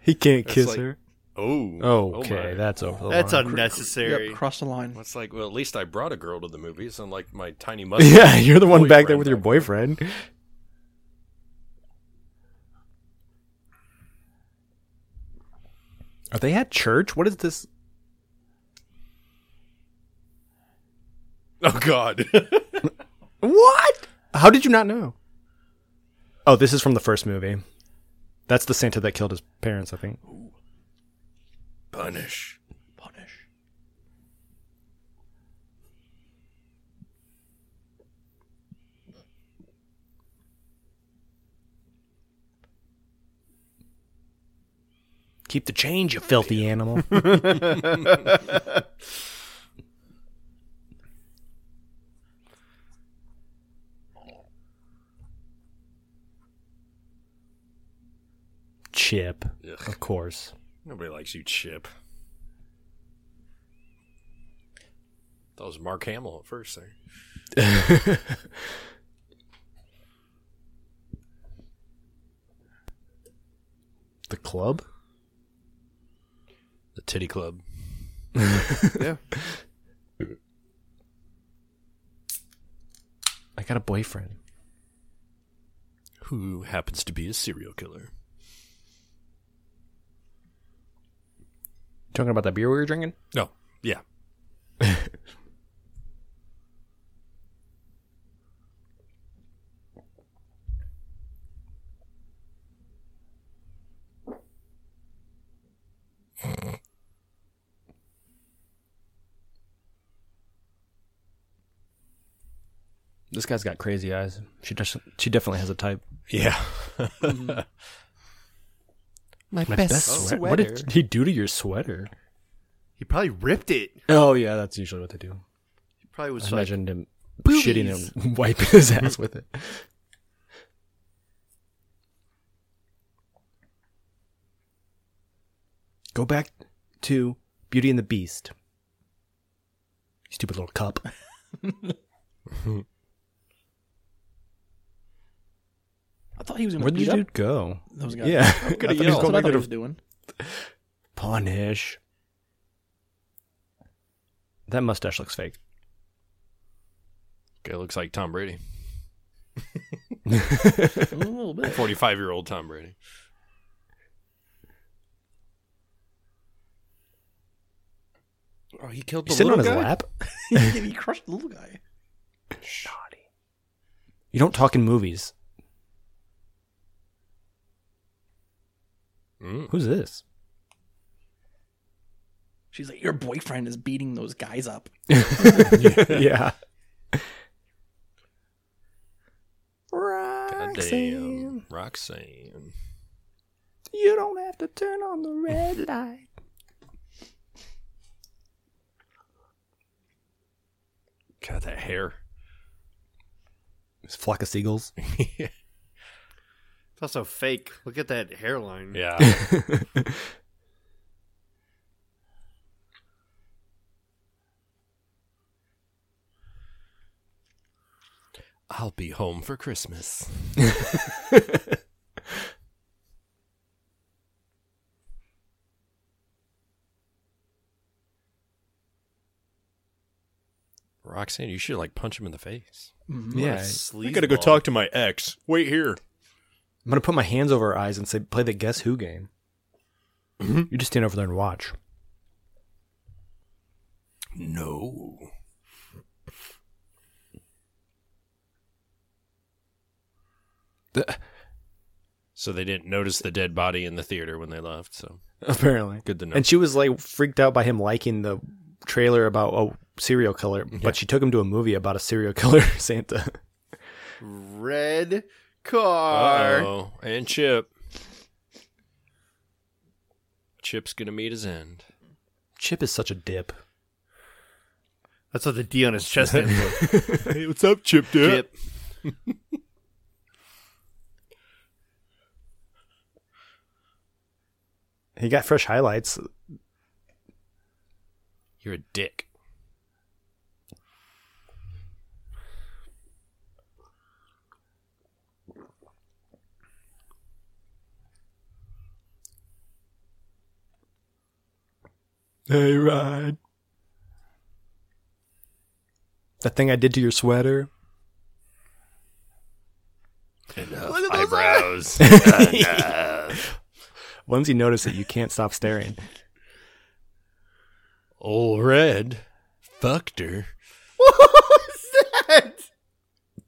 Speaker 6: He can't kiss
Speaker 2: like-
Speaker 6: her.
Speaker 3: [LAUGHS] Oh.
Speaker 6: Okay,
Speaker 3: my.
Speaker 6: that's over. The
Speaker 2: That's
Speaker 6: line.
Speaker 2: unnecessary.
Speaker 5: Yep, cross the line.
Speaker 3: It's like, well, at least I brought a girl to the movies, unlike my
Speaker 6: [LAUGHS]
Speaker 3: tiny mother.
Speaker 6: Yeah, you're the one back there with your boyfriend. Are they at church? What is this?
Speaker 3: Oh, God.
Speaker 6: What? How did you not know? Oh, this is from the first movie. That's the Santa that killed his parents, I think.
Speaker 3: [LAUGHS] Punish.
Speaker 5: Punish.
Speaker 6: Keep the change, you filthy [LAUGHS] animal. Chip, of course.
Speaker 3: Nobody likes you, Chip. That was Mark Hamill at first there. [LAUGHS]
Speaker 6: The club?
Speaker 3: The Titty Club.
Speaker 2: yeah.
Speaker 6: I got a boyfriend.
Speaker 3: Who happens to be a serial killer.
Speaker 6: Talking about that beer we were drinking?
Speaker 3: No. Yeah.
Speaker 6: This guy's got crazy eyes. She does, she definitely has a type.
Speaker 3: Yeah.
Speaker 4: My,
Speaker 6: My
Speaker 4: best,
Speaker 6: best
Speaker 4: sweater.
Speaker 6: sweater. What did he do to your sweater?
Speaker 2: He probably ripped it.
Speaker 6: Oh yeah, that's usually what they do.
Speaker 2: He probably was
Speaker 6: I
Speaker 2: like,
Speaker 6: imagined him
Speaker 2: "Boobies."
Speaker 6: shitting and [LAUGHS] wiping his ass with it. Go back to Beauty and the Beast. Stupid little cup.
Speaker 5: I thought he was going
Speaker 6: Where'd
Speaker 5: to
Speaker 6: the
Speaker 5: beat up
Speaker 6: dude go?
Speaker 5: those guys.
Speaker 6: Yeah.
Speaker 5: I
Speaker 6: [LAUGHS]
Speaker 5: thought
Speaker 6: I thought he was
Speaker 5: that's
Speaker 6: going
Speaker 5: what I
Speaker 6: back
Speaker 5: thought
Speaker 6: to
Speaker 5: he
Speaker 6: the-
Speaker 5: was [LAUGHS] doing.
Speaker 6: Punish. That mustache looks fake.
Speaker 3: Okay, looks like Tom Brady,
Speaker 5: A little bit. [LAUGHS]
Speaker 3: forty-five year old Tom Brady. Oh, he killed the
Speaker 6: He's sitting
Speaker 3: little
Speaker 6: on his
Speaker 3: guy.
Speaker 6: lap.
Speaker 5: he crushed the little guy.
Speaker 6: Naughty. You don't talk in movies.
Speaker 3: Mm.
Speaker 6: Who's this?
Speaker 5: She's like, your boyfriend is beating those guys up.
Speaker 6: [LAUGHS] yeah.
Speaker 3: Goddamn, Roxanne.
Speaker 6: You don't have to turn on the red light.
Speaker 3: God, that hair.
Speaker 6: It's flock of [LAUGHS] seagulls.
Speaker 2: It's also fake. Look at that hairline.
Speaker 3: Yeah, [LAUGHS]
Speaker 6: [LAUGHS]
Speaker 3: I'll be home for [LAUGHS] Christmas. Roxanne, you should like punch him in the face.
Speaker 6: yeah.
Speaker 3: I gotta go talk to my ex. Wait here.
Speaker 6: I'm gonna put my hands over her eyes and say, "Play the Guess Who game." You just stand over there and watch.
Speaker 3: No. So they didn't notice the dead body in the theater when they left. So
Speaker 6: Apparently,
Speaker 3: Good to know.
Speaker 6: And she was like freaked out by him liking the trailer about a serial killer, but she took him to a movie about a serial [LAUGHS] killer Santa.
Speaker 2: Red car.
Speaker 3: Uh-oh. and Chip. Chip's gonna meet his end.
Speaker 6: Chip is such a dip.
Speaker 2: That's what the D on his chest
Speaker 3: [LAUGHS]
Speaker 2: is.
Speaker 3: [LAUGHS] Hey, what's up, Chip? [LAUGHS]
Speaker 2: Chip.
Speaker 6: He got fresh highlights.
Speaker 3: You're a dick.
Speaker 6: Hey, Ryan. That thing I did to your sweater.
Speaker 3: Eyebrows. [LAUGHS]
Speaker 6: Lindsay noticed that you can't stop staring.
Speaker 3: Old Red. Fucked her.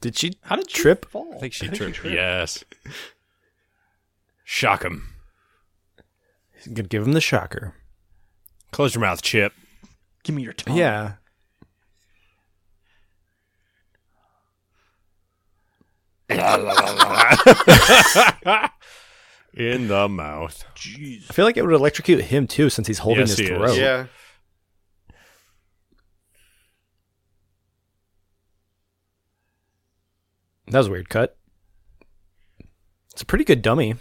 Speaker 6: Did she
Speaker 5: How did you
Speaker 6: Trip?
Speaker 5: fall?
Speaker 3: I think she tripped. Yes. Shock him.
Speaker 6: could give him the shocker?
Speaker 3: Close your mouth, Chip.
Speaker 5: Give me your
Speaker 3: Oh.
Speaker 5: tongue.
Speaker 6: Yeah.
Speaker 3: In the mouth.
Speaker 5: Jeez.
Speaker 6: I feel like it would electrocute him too since he's holding
Speaker 3: Yes,
Speaker 6: his
Speaker 3: he is.
Speaker 6: throat.
Speaker 2: Yeah.
Speaker 6: That was a weird cut. It's a pretty good dummy.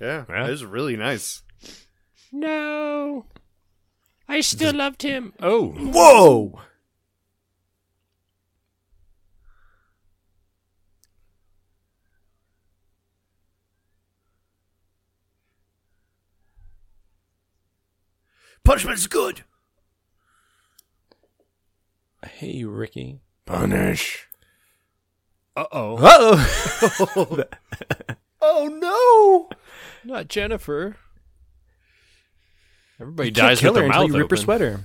Speaker 2: Yeah.
Speaker 3: Yeah.
Speaker 2: It was really nice.
Speaker 3: No. I still loved him. Oh.
Speaker 6: Whoa!
Speaker 2: Punishment's good.
Speaker 6: Hey, Ricky.
Speaker 3: Punish. Uh-oh.
Speaker 6: Oh! [LAUGHS] oh no!
Speaker 3: Not Jennifer. Everybody
Speaker 6: You can't
Speaker 3: dies with
Speaker 6: kill her
Speaker 3: their
Speaker 6: until
Speaker 3: mouth
Speaker 6: you rip her
Speaker 3: open.
Speaker 6: sweater.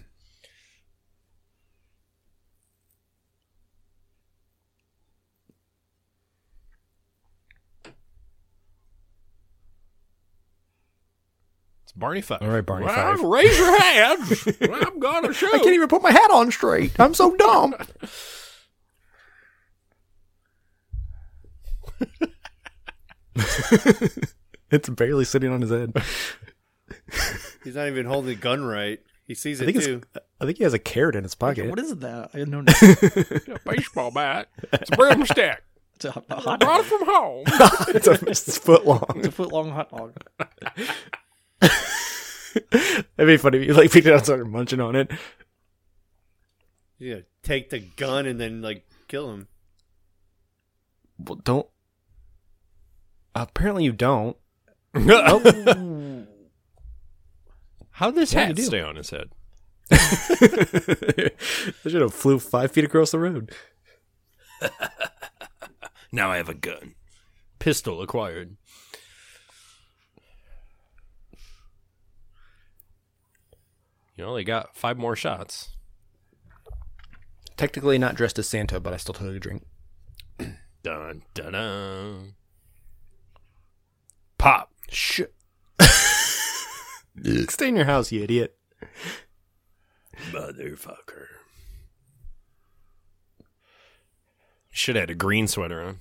Speaker 3: It's Barney Fife.
Speaker 6: All right, Barney
Speaker 3: Well,
Speaker 6: Fife.
Speaker 3: Raise your hands. I'm gonna shoot.
Speaker 6: I can't even put my hat on straight. I'm so dumb. [LAUGHS] it's barely sitting on his head.
Speaker 2: He's not even holding the gun right. He sees
Speaker 6: I
Speaker 2: it
Speaker 6: think,
Speaker 2: too.
Speaker 6: it's, I think he has a carrot in his pocket.
Speaker 5: What is that? I had [LAUGHS] no notice.
Speaker 3: a baseball bat. It's a broomstick.
Speaker 5: It's a, a hot
Speaker 3: Brought
Speaker 5: dog.
Speaker 3: it from home.
Speaker 6: [LAUGHS] it's, a, it's foot long.
Speaker 5: It's a foot long hot [LAUGHS] dog.
Speaker 6: That'd be funny if you like picked it out and started munching on it.
Speaker 2: You know, take the gun and then like kill him.
Speaker 6: Well, don't. Apparently, you don't. [LAUGHS]
Speaker 3: How this
Speaker 6: Yeah, you
Speaker 3: hat
Speaker 6: do.
Speaker 3: stay on his head?
Speaker 6: I should have flew five feet across the road.
Speaker 3: Now I have a gun. Pistol acquired. You only got five more shots.
Speaker 6: Technically not dressed as Santa, but I still took a drink.
Speaker 3: Dun dun dun. Pop.
Speaker 6: Shit. Stay in your house, you idiot.
Speaker 3: Motherfucker. Should have had a green sweater on.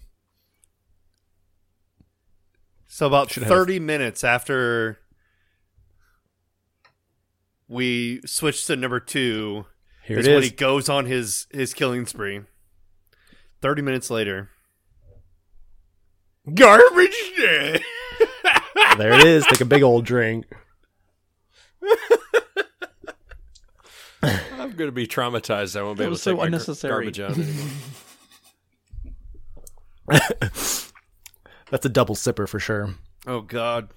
Speaker 2: So about
Speaker 6: Should have-
Speaker 2: thirty minutes after we switched to number two,
Speaker 6: Here
Speaker 2: is
Speaker 6: it
Speaker 2: when
Speaker 6: is.
Speaker 2: he goes on his his killing spree. Thirty minutes later,
Speaker 3: Garbage day.
Speaker 6: there it is. Take a big old drink.
Speaker 3: [LAUGHS] I'm gonna be traumatized. I won't be
Speaker 5: That
Speaker 3: able
Speaker 5: was
Speaker 3: to
Speaker 5: so
Speaker 3: take my gar-
Speaker 5: unnecessary.
Speaker 3: garbage out
Speaker 6: [LAUGHS]
Speaker 3: anymore.
Speaker 6: That's a double sipper for sure.
Speaker 2: oh god,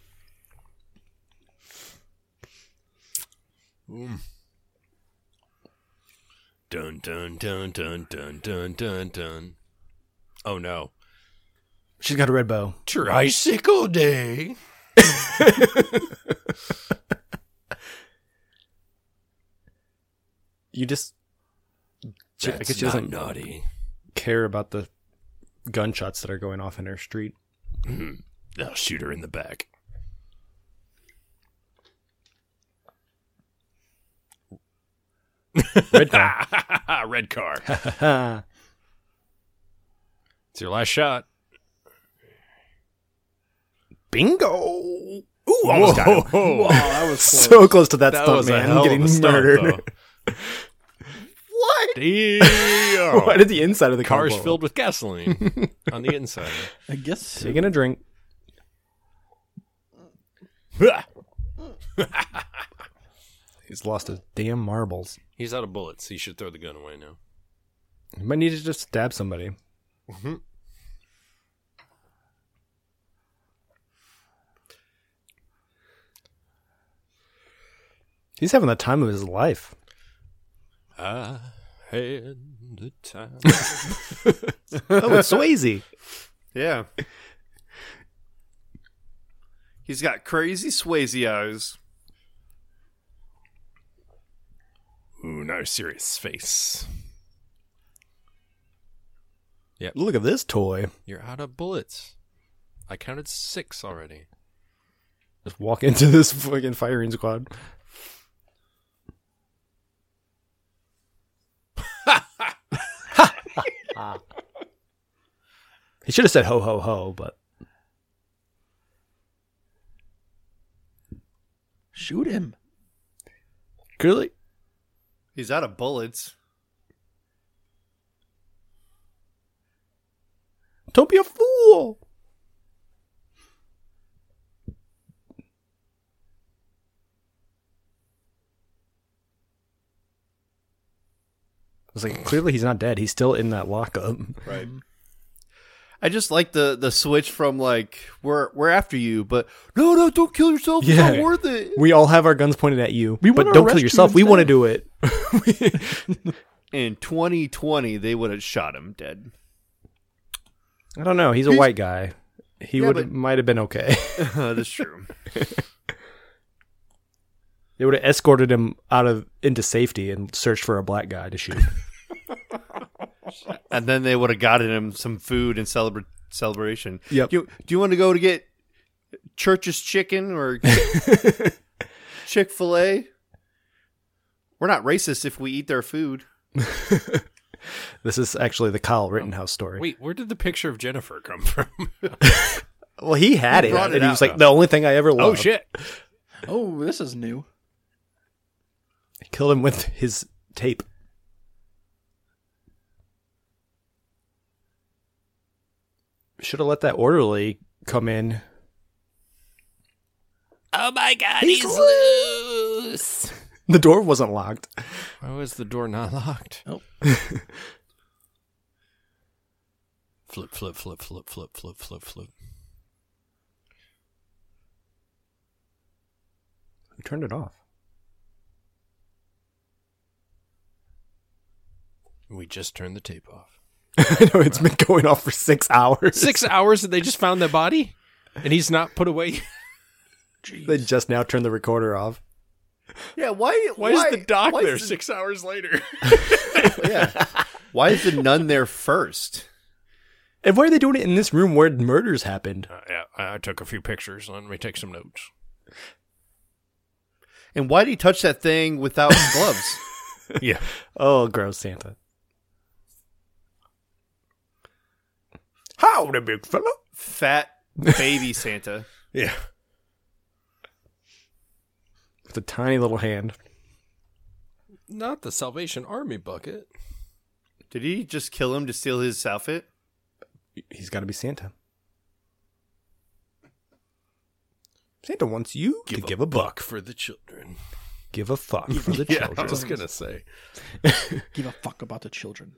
Speaker 3: dun dun dun dun dun dun dun dun. Oh no!
Speaker 6: She's got a red bow.
Speaker 3: Tricycle day.
Speaker 6: You just She- I
Speaker 3: That's
Speaker 6: guess she
Speaker 3: not
Speaker 6: doesn't-
Speaker 3: naughty.
Speaker 6: care about the gunshots that are going off in her street.
Speaker 3: I'll shoot her in the back. [LAUGHS]
Speaker 6: Red [LAUGHS] bow.
Speaker 3: Red car.
Speaker 6: Ha.
Speaker 3: It's your last shot.
Speaker 6: Bingo. Ooh,
Speaker 3: Almost
Speaker 6: almost
Speaker 3: got
Speaker 6: got
Speaker 3: him.
Speaker 6: him.
Speaker 3: Whoa.
Speaker 5: that was
Speaker 6: So close to that,
Speaker 3: That
Speaker 6: stunt
Speaker 3: was a
Speaker 6: man
Speaker 3: hell
Speaker 6: getting
Speaker 3: of a stunt,
Speaker 6: murdered. [LAUGHS] what? [LAUGHS]
Speaker 3: Damn.
Speaker 6: Why did the inside of the car
Speaker 3: Car's
Speaker 6: blow up?
Speaker 3: filled with
Speaker 6: [LAUGHS]
Speaker 3: gasoline on the inside.
Speaker 5: I guess
Speaker 6: Taking a
Speaker 3: [LAUGHS]
Speaker 6: drink. He's lost his damn marbles.
Speaker 3: He's out of bullets. He should throw the gun away now.
Speaker 6: He might need to just stab somebody. He's having the time of his life.
Speaker 3: I had the time.
Speaker 6: [LAUGHS] Oh, it's Swayze.
Speaker 2: yeah. [LAUGHS] He's got crazy Swayze eyes.
Speaker 3: Ooh, no serious face.
Speaker 6: Look at this toy.
Speaker 3: You're out of bullets. I counted six already.
Speaker 6: Just walk into this fucking firing squad. [LAUGHS] he should have said ho ho ho, but
Speaker 5: shoot him.
Speaker 6: clearly
Speaker 2: He's out of bullets.
Speaker 6: don't be a fool. It's like clearly he's not dead. He's still in that lockup.
Speaker 2: Right.
Speaker 6: Mm-hmm.
Speaker 2: I just like the the switch from like we're we're after you, but no no don't kill yourself. It's
Speaker 6: Yeah.
Speaker 2: not worth it.
Speaker 6: [LAUGHS] We all have our guns pointed at you,
Speaker 5: We
Speaker 6: but
Speaker 5: wanna
Speaker 6: don't
Speaker 5: arrest
Speaker 6: kill
Speaker 5: you
Speaker 6: yourself. We want to
Speaker 5: instead.
Speaker 6: do it.
Speaker 2: In 2020, they would have shot him dead.
Speaker 6: I don't know. He's a white guy. He
Speaker 2: Yeah,
Speaker 6: would
Speaker 2: but-
Speaker 6: might have been okay. [LAUGHS]
Speaker 2: [LAUGHS] That's true.
Speaker 6: they would have escorted him out of into safety and searched for a black guy to [LAUGHS] shoot.
Speaker 2: and then they would have gotten him some food and celebra- celebration.
Speaker 6: Yep.
Speaker 2: Do you, do you want to go to get Church's
Speaker 6: [LAUGHS]
Speaker 2: chicken or Chick fil A? We're not racist if we eat their food.
Speaker 6: this is actually the Kyle Rittenhouse story.
Speaker 3: Wait, where did the picture of Jennifer come from? [LAUGHS] Oh,
Speaker 6: well, he had
Speaker 2: He
Speaker 6: it,
Speaker 2: brought
Speaker 6: and
Speaker 2: it
Speaker 6: he was
Speaker 2: out,
Speaker 6: like, "The only thing I ever loved."
Speaker 3: oh shit!
Speaker 5: Oh, this is new.
Speaker 6: He killed him with his tape. Should have let that orderly come in.
Speaker 4: Oh my god, he's loose.
Speaker 6: The door wasn't locked.
Speaker 3: Why was the door not [LAUGHS] locked?
Speaker 5: Oh.
Speaker 3: flip, flip, flip, flip, flip, flip, flip, flip.
Speaker 6: Who turned it off?
Speaker 3: We just turned the tape off.
Speaker 6: [LAUGHS] I know it's been going off for six hours.
Speaker 3: [LAUGHS] Six hours and they just found the body? And he's not put away? [LAUGHS]
Speaker 6: They just now turned the recorder off.
Speaker 2: Yeah, why?
Speaker 3: Why, is the doc
Speaker 2: why
Speaker 3: there
Speaker 2: is the-
Speaker 3: six hours later? [LAUGHS]
Speaker 6: [LAUGHS]
Speaker 2: yeah. Why is the nun there first?
Speaker 6: And why are they doing it in this room where murders happened?
Speaker 3: Uh, yeah, I I took a few pictures. Let me take some [LAUGHS] notes.
Speaker 2: And why did he touch that thing without [LAUGHS] gloves?
Speaker 3: Yeah.
Speaker 6: Oh, gross, Santa. Howdy, big fella.
Speaker 2: Fat baby Santa.
Speaker 3: Yeah.
Speaker 6: With a tiny little hand.
Speaker 3: Not the Salvation Army bucket.
Speaker 2: Did he just kill him to steal his outfit?
Speaker 6: He's got to be Santa. Santa wants you to give a buck.
Speaker 3: for the children.
Speaker 6: Give a fuck for [LAUGHS] the
Speaker 3: yeah,
Speaker 6: children.
Speaker 3: I was gonna say.
Speaker 5: Give a fuck about the children.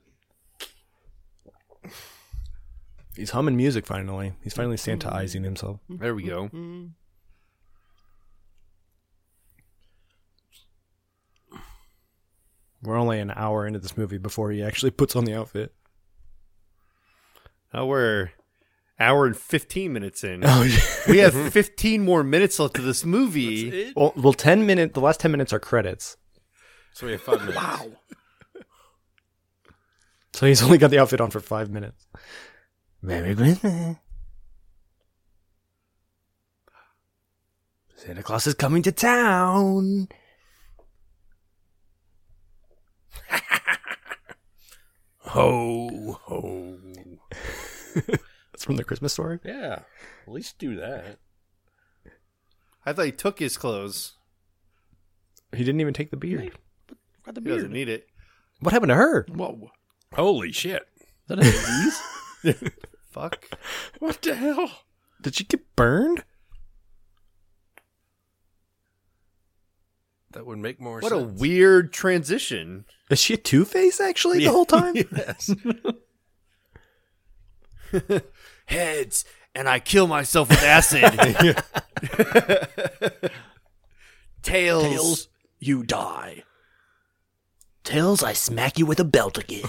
Speaker 6: He's humming music finally. He's finally Santaizing himself.
Speaker 2: There we go.
Speaker 6: We're only an hour into this movie before he actually puts on the outfit.
Speaker 2: Now we're hour and fifteen minutes in.
Speaker 6: Oh, yeah.
Speaker 2: we have fifteen more minutes left of this movie.
Speaker 6: Well, well, ten minutes. The last ten minutes are credits,
Speaker 3: So we have five minutes.
Speaker 6: so he's [LAUGHS] only got the outfit on for five minutes. Merry Christmas. Santa Claus is coming to town.
Speaker 3: Ho ho.
Speaker 6: That's from the Christmas story.
Speaker 3: Yeah. At least do that.
Speaker 2: I thought he took his clothes.
Speaker 6: He didn't even take the beard.
Speaker 5: Got the
Speaker 2: He doesn't need
Speaker 5: beard.
Speaker 2: it.
Speaker 6: What happened to her?
Speaker 5: Whoa.
Speaker 3: Holy shit!
Speaker 5: Is [LAUGHS] that a disease?
Speaker 2: Fuck.
Speaker 3: What the hell?
Speaker 6: Did she get burned?
Speaker 3: That would make more
Speaker 2: What a
Speaker 3: sense.
Speaker 2: weird transition.
Speaker 6: Is she a Two Face actually the whole [LAUGHS] time?
Speaker 3: yes.
Speaker 2: Heads, and I kill myself with [LAUGHS] acid. Tails.
Speaker 5: Tails, you die.
Speaker 1: Tails, I smack you with a belt again.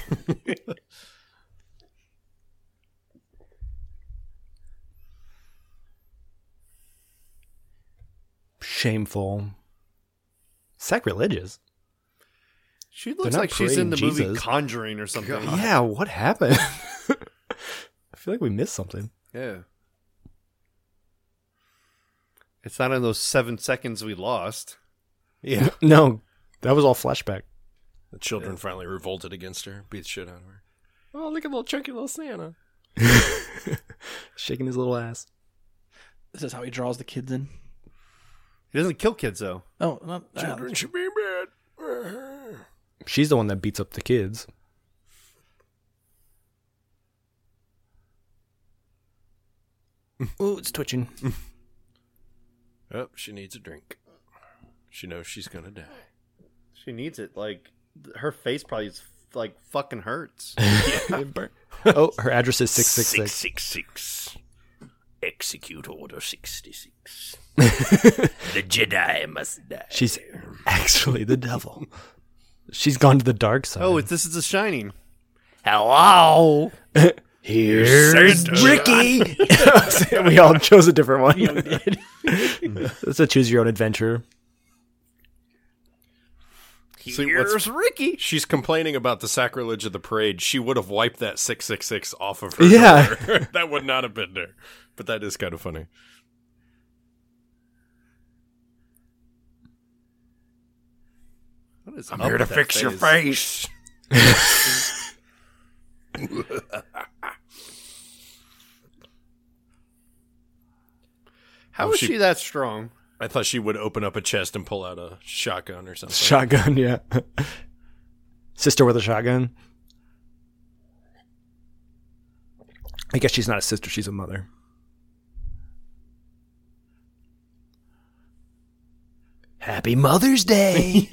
Speaker 6: Shameful. Sacrilegious.
Speaker 2: She looks
Speaker 6: not
Speaker 2: like she's in the
Speaker 6: praying
Speaker 2: movie
Speaker 6: Jesus.
Speaker 2: Conjuring or something.
Speaker 6: Yeah, what happened? I feel like we missed something.
Speaker 2: Yeah. It's not in those seven seconds we lost.
Speaker 3: Yeah.
Speaker 6: [LAUGHS] No, that was all flashback.
Speaker 3: The children finally revolted against her, beat the shit out of her. Oh, look at little chunky little Santa.
Speaker 6: Shaking his little ass.
Speaker 5: This is how he draws the kids in.
Speaker 2: He doesn't kill kids though.
Speaker 5: Oh, not uh,
Speaker 3: Children should be mad.
Speaker 6: She's the one that beats up the kids. Ooh, it's twitching.
Speaker 3: Oh, she needs a drink. She knows she's gonna die.
Speaker 2: She needs it. Like th- her face probably is like fucking hurts.
Speaker 6: oh, her address is 666.
Speaker 1: six six. Execute order sixty six. the Jedi must die.
Speaker 6: She's actually the devil. She's gone to the dark side.
Speaker 2: oh, it's, this is The Shining.
Speaker 1: Hello. Here's
Speaker 6: Ricky! [LAUGHS] we all chose a different one. [LAUGHS] it's a choose your own adventure.
Speaker 3: See, what's, Ricky. She's complaining about the sacrilege of the parade. She would have wiped that 666 off of her.
Speaker 6: Yeah.
Speaker 3: door. [LAUGHS] that would not have been there. But that is kind of funny.
Speaker 2: What is
Speaker 1: I'm
Speaker 2: up
Speaker 1: here to
Speaker 2: with that
Speaker 1: fix your face.
Speaker 2: How is
Speaker 3: Oh,
Speaker 2: she...
Speaker 3: she-
Speaker 2: that strong?
Speaker 3: I thought she would open up a chest and pull out a shotgun or something.
Speaker 6: Shotgun, yeah. sister with a shotgun. I guess she's not a sister, she's a mother.
Speaker 1: Happy
Speaker 3: [LAUGHS]
Speaker 1: Mother's Day.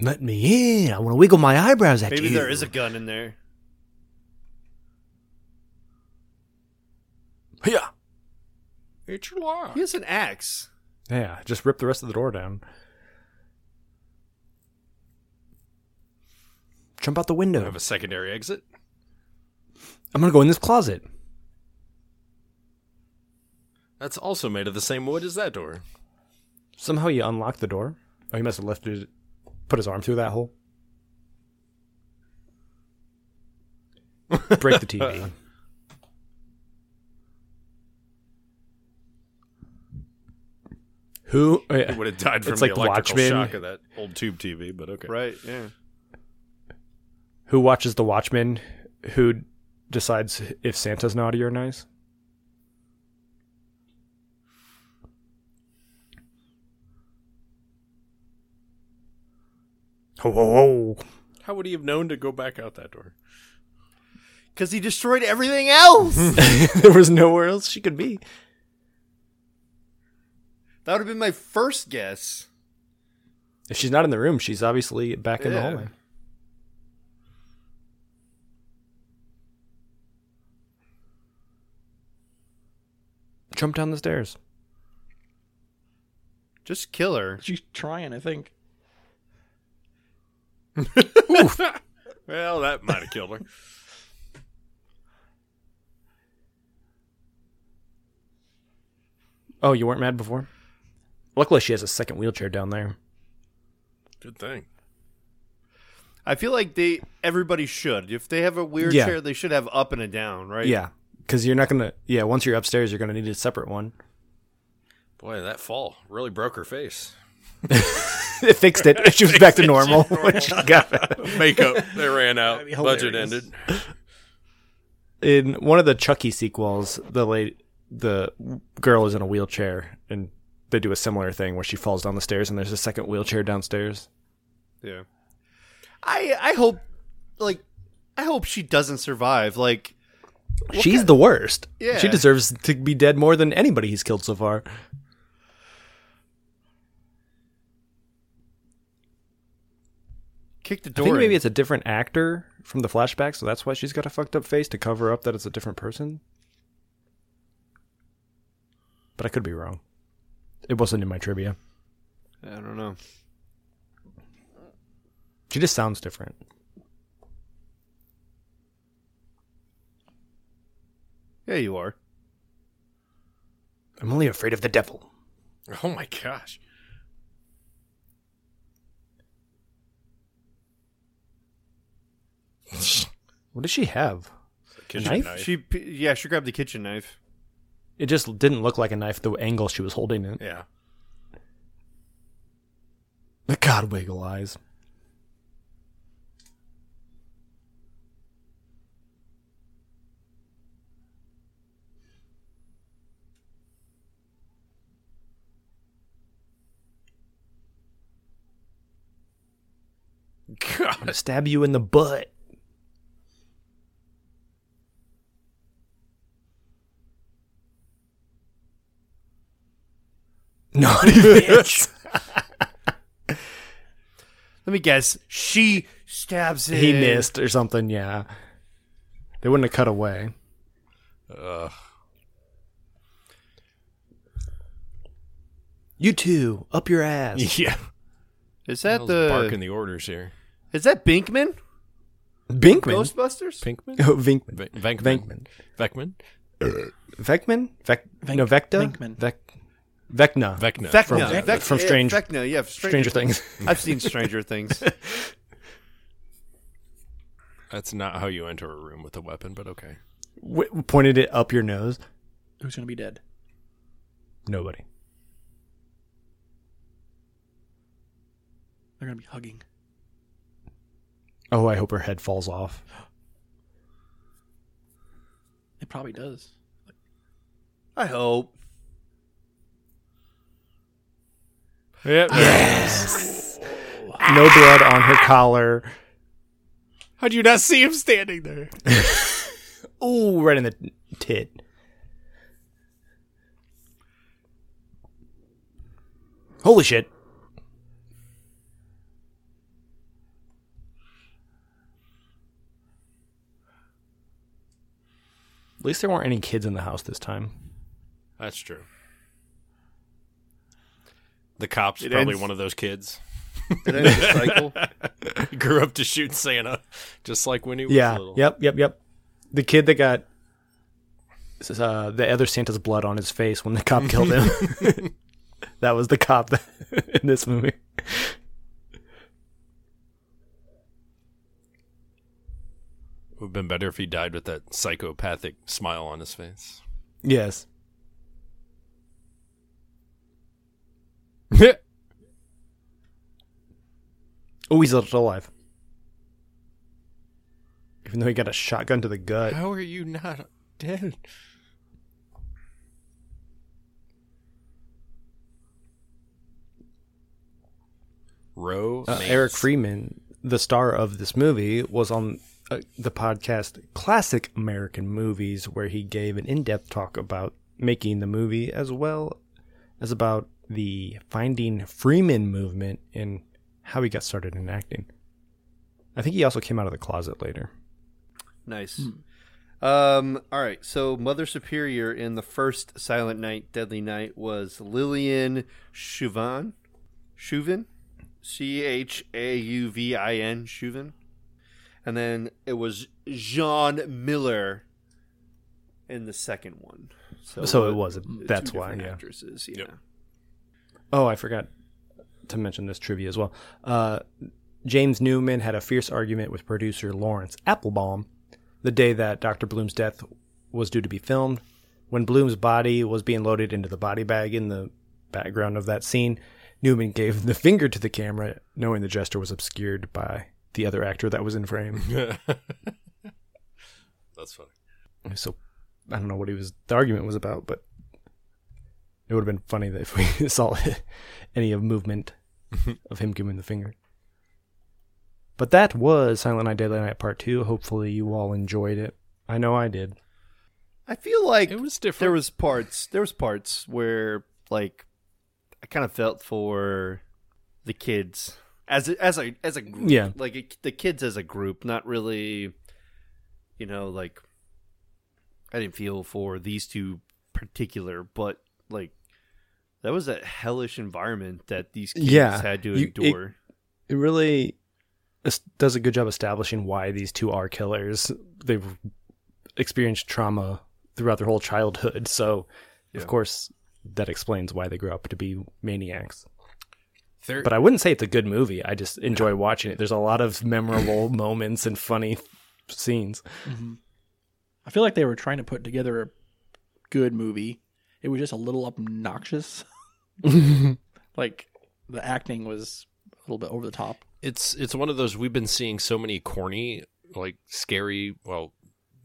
Speaker 6: Let me in. I want to wiggle my eyebrows at
Speaker 2: Maybe
Speaker 6: you.
Speaker 2: there is a gun in there.
Speaker 3: Yeah. It's your lock.
Speaker 2: He has an axe.
Speaker 6: Yeah, just rip the rest of the door down. Jump out the
Speaker 3: I
Speaker 6: window.
Speaker 3: have a secondary exit.
Speaker 6: I'm gonna go in this closet.
Speaker 3: That's also made of the same wood as that door.
Speaker 6: Somehow you unlock the door. Oh, he must have lifted, put his arm through that hole. Break the [LAUGHS] TV. Who? oh, yeah.
Speaker 3: It would have died from
Speaker 6: It's
Speaker 3: the
Speaker 6: like
Speaker 3: electrical
Speaker 6: Watchmen.
Speaker 3: shock of that old tube TV, but okay.
Speaker 2: Right, yeah.
Speaker 6: Who watches The Watchmen? Who decides if Santa's naughty or nice? Ho ho ho!
Speaker 3: How would he have known to go back out that door?
Speaker 2: Because he destroyed
Speaker 6: [LAUGHS]
Speaker 2: everything else. [LAUGHS] that
Speaker 6: [LAUGHS] there was nowhere else she could be.
Speaker 2: would have been my first guess.
Speaker 6: If she's not in the room, she's obviously back in the
Speaker 2: Yeah.
Speaker 6: hallway. Jump down the stairs.
Speaker 2: Just kill her.
Speaker 5: She's trying, I think.
Speaker 3: [LAUGHS] Well, that might have killed her.
Speaker 6: Oh, you weren't mad before? Luckily, she has a second wheelchair down there.
Speaker 3: Good thing.
Speaker 2: I feel like they everybody should. If they have a weird
Speaker 6: Yeah.
Speaker 2: chair, they should have up and a down, right?
Speaker 6: Yeah, because you're not gonna. Yeah, once you're upstairs, you're gonna need a separate one.
Speaker 3: Boy, that fall really broke her face.
Speaker 6: [LAUGHS] it [LAUGHS] fixed it. She was back to normal. when she got back.
Speaker 3: [LAUGHS] Makeup, they ran out.
Speaker 5: be
Speaker 3: Budget
Speaker 5: hilarious.
Speaker 3: ended.
Speaker 6: in one of the Chucky sequels, the lady, the girl is in a wheelchair, and they do a similar thing where she falls down the stairs, and there's a second wheelchair downstairs.
Speaker 2: Yeah. I I hope like I hope she doesn't survive. Like
Speaker 6: She's the worst.
Speaker 2: Yeah.
Speaker 6: She deserves to be dead more than anybody he's killed so far.
Speaker 2: kick the
Speaker 6: I
Speaker 2: door.
Speaker 6: think maybe
Speaker 2: in.
Speaker 6: it's a different actor from the flashback, so that's why she's got a fucked up face to cover up that it's a different person. But I could be wrong. It wasn't in my trivia.
Speaker 2: I don't know.
Speaker 6: She just sounds different.
Speaker 2: Yeah, you are.
Speaker 6: I'm only afraid of the devil.
Speaker 3: Oh my gosh.
Speaker 6: What does she have?
Speaker 3: Kitchen
Speaker 6: Knife?
Speaker 2: She p- yeah, she grabbed the kitchen knife.
Speaker 6: It just didn't look like a knife the angle she was holding it.
Speaker 3: Yeah.
Speaker 6: The God wiggle eyes. [LAUGHS] I'm
Speaker 3: God.
Speaker 6: gonna stab you in the butt. Naughty [LAUGHS] bitch.
Speaker 2: Let me guess. She stabs him.
Speaker 6: he missed or something. Yeah, they wouldn't have cut away.
Speaker 3: Ugh.
Speaker 6: You two, up your ass.
Speaker 3: [LAUGHS] yeah.
Speaker 2: Is that
Speaker 3: the...
Speaker 2: the
Speaker 3: Barking the orders here.
Speaker 2: Is that Binkman?
Speaker 6: [LAUGHS] Binkman.
Speaker 2: Ghostbusters?
Speaker 3: Pinkman?
Speaker 6: [LAUGHS] Oh, Vinkman.
Speaker 3: [LAUGHS] Ve- Venkman.
Speaker 6: Venkman.
Speaker 3: Venkman?
Speaker 6: Venkman. Vec. no, Vecta.
Speaker 5: Venkman.
Speaker 6: Vec. Vecna.
Speaker 3: Vecna.
Speaker 2: Vecna.
Speaker 3: From-
Speaker 2: Vecna.
Speaker 6: from
Speaker 2: yeah,
Speaker 6: Strange-
Speaker 2: Vecna, yeah,
Speaker 6: Stranger Things. [LAUGHS]
Speaker 2: I've seen Stranger [LAUGHS] Things.
Speaker 3: That's not how you enter a room with a weapon, but okay.
Speaker 6: W- pointed it up your nose.
Speaker 5: Who's gonna be dead?
Speaker 6: Nobody.
Speaker 5: They're gonna be hugging.
Speaker 6: Oh, I hope her head falls off.
Speaker 5: It probably does.
Speaker 2: I
Speaker 3: [LAUGHS]
Speaker 2: hope.
Speaker 6: No blood on her collar.
Speaker 3: How'd you not see him standing there?
Speaker 6: Ooh, right in the tit. Holy shit. At least there weren't any kids in the house this time.
Speaker 3: That's true. The cop's
Speaker 2: It
Speaker 3: probably
Speaker 2: ends-
Speaker 3: one of those kids. [LAUGHS]
Speaker 2: It ends the cycle.
Speaker 3: Grew up to shoot Santa, just like when he was
Speaker 6: Yeah.
Speaker 3: little.
Speaker 6: Yep. Yep. Yep. The kid that got this is, uh, the other Santa's blood on his face when the cop killed him. [LAUGHS] that was the cop [LAUGHS] in this movie.
Speaker 3: It would have been better if he died with that psychopathic smile on his face.
Speaker 6: Yes. [LAUGHS] oh, he's still alive. Even though he got a shotgun to the gut.
Speaker 3: How are you not dead? Row
Speaker 6: Uh, Eric Freeman, the star of this movie, was on uh, the podcast Classic American Movies, where he gave an in depth talk about making the movie as well as about the Finding Freeman movement and how he got started in acting. I think he also came out of the closet later.
Speaker 2: Nice.
Speaker 6: Hmm.
Speaker 2: Um, all right. So Mother Superior in the first Silent Night, Deadly Night was Lillian Chauvin. Chauvin? C H A U V I N Chauvin. And then it was Jean Miller in the second one.
Speaker 6: So it
Speaker 2: uh,
Speaker 6: was-
Speaker 2: two
Speaker 6: that's why,
Speaker 2: different
Speaker 6: yeah.
Speaker 2: Actresses, yeah.
Speaker 3: Yep.
Speaker 6: Oh, I forgot to mention this trivia as well. Uh, James Newman had a fierce argument with producer Lawrence Applebaum the day that Dr. Bloom's death was due to be filmed. When Bloom's body was being loaded into the body bag in the background of that scene, Newman gave the finger to the camera, knowing the gesture was obscured by the other actor that was in frame.
Speaker 3: [LAUGHS] That's funny.
Speaker 6: So I don't know what he was the argument was about, but it would have been funny that if we [LAUGHS] saw any of movement of him giving the finger. But that was Silent Night Deadly Night Part Two. Hopefully you all enjoyed it. I know I did.
Speaker 2: I feel like
Speaker 3: It was different.
Speaker 2: there was parts there was parts where like I kind of felt for the kids as a, as a as a group.
Speaker 6: Yeah.
Speaker 2: like it, the kids as a group, not really, you know, like I didn't feel for these two particular, but like that was a hellish environment that these kids
Speaker 6: Yeah.
Speaker 2: had to
Speaker 6: You- it-
Speaker 2: endure.
Speaker 6: It really es- does a good job establishing why these two are killers. They've experienced trauma throughout their whole childhood, so
Speaker 2: Yeah.
Speaker 6: of course that explains why they grew up to be maniacs.
Speaker 3: There-
Speaker 6: but I wouldn't say it's a good movie. I just enjoy watching it. There's a lot of memorable [LAUGHS] moments and funny scenes.
Speaker 5: I feel like they were trying to put together a good movie. It was just a little [LAUGHS] obnoxious. like the acting was a little bit over the top.
Speaker 3: it's it's one of those we've been seeing so many corny like scary well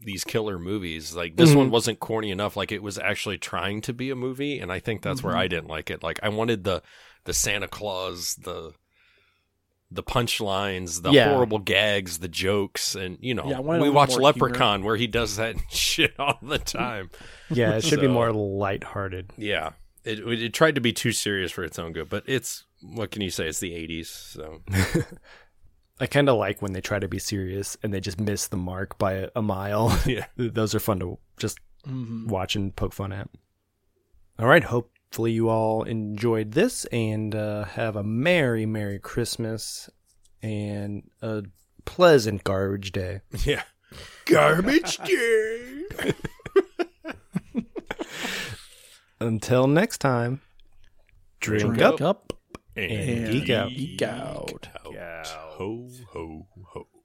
Speaker 3: these killer movies like this
Speaker 5: Mm-hmm.
Speaker 3: one wasn't corny enough like it was actually trying to be a movie and i think that's
Speaker 5: Mm-hmm.
Speaker 3: where i didn't like it like i wanted the the santa claus the the punchlines the
Speaker 6: Yeah.
Speaker 3: horrible gags the jokes and you know
Speaker 5: Yeah, I wanted a
Speaker 3: we
Speaker 5: little
Speaker 3: watch
Speaker 5: more Mm-hmm.
Speaker 3: leprechaun where he does that [LAUGHS] shit all the time
Speaker 6: Yeah, it should be
Speaker 3: So-
Speaker 6: more lighthearted.
Speaker 3: yeah it, it tried to be too serious for its own good but it's what can you say it's the 80s so
Speaker 6: I kind of like when they try to be serious and they just miss the mark by a, a mile. [LAUGHS]
Speaker 3: Yeah.
Speaker 6: Those are fun to just
Speaker 5: Mm-hmm.
Speaker 6: watch and poke fun at. All right, hopefully you all enjoyed this and uh, have a merry, merry Christmas and a pleasant garbage day.
Speaker 3: yeah
Speaker 1: Garbage day.
Speaker 6: Until next time,
Speaker 5: Drink
Speaker 6: up.
Speaker 5: up
Speaker 6: and geek out.
Speaker 5: geek out.
Speaker 3: out. Ho, ho, ho.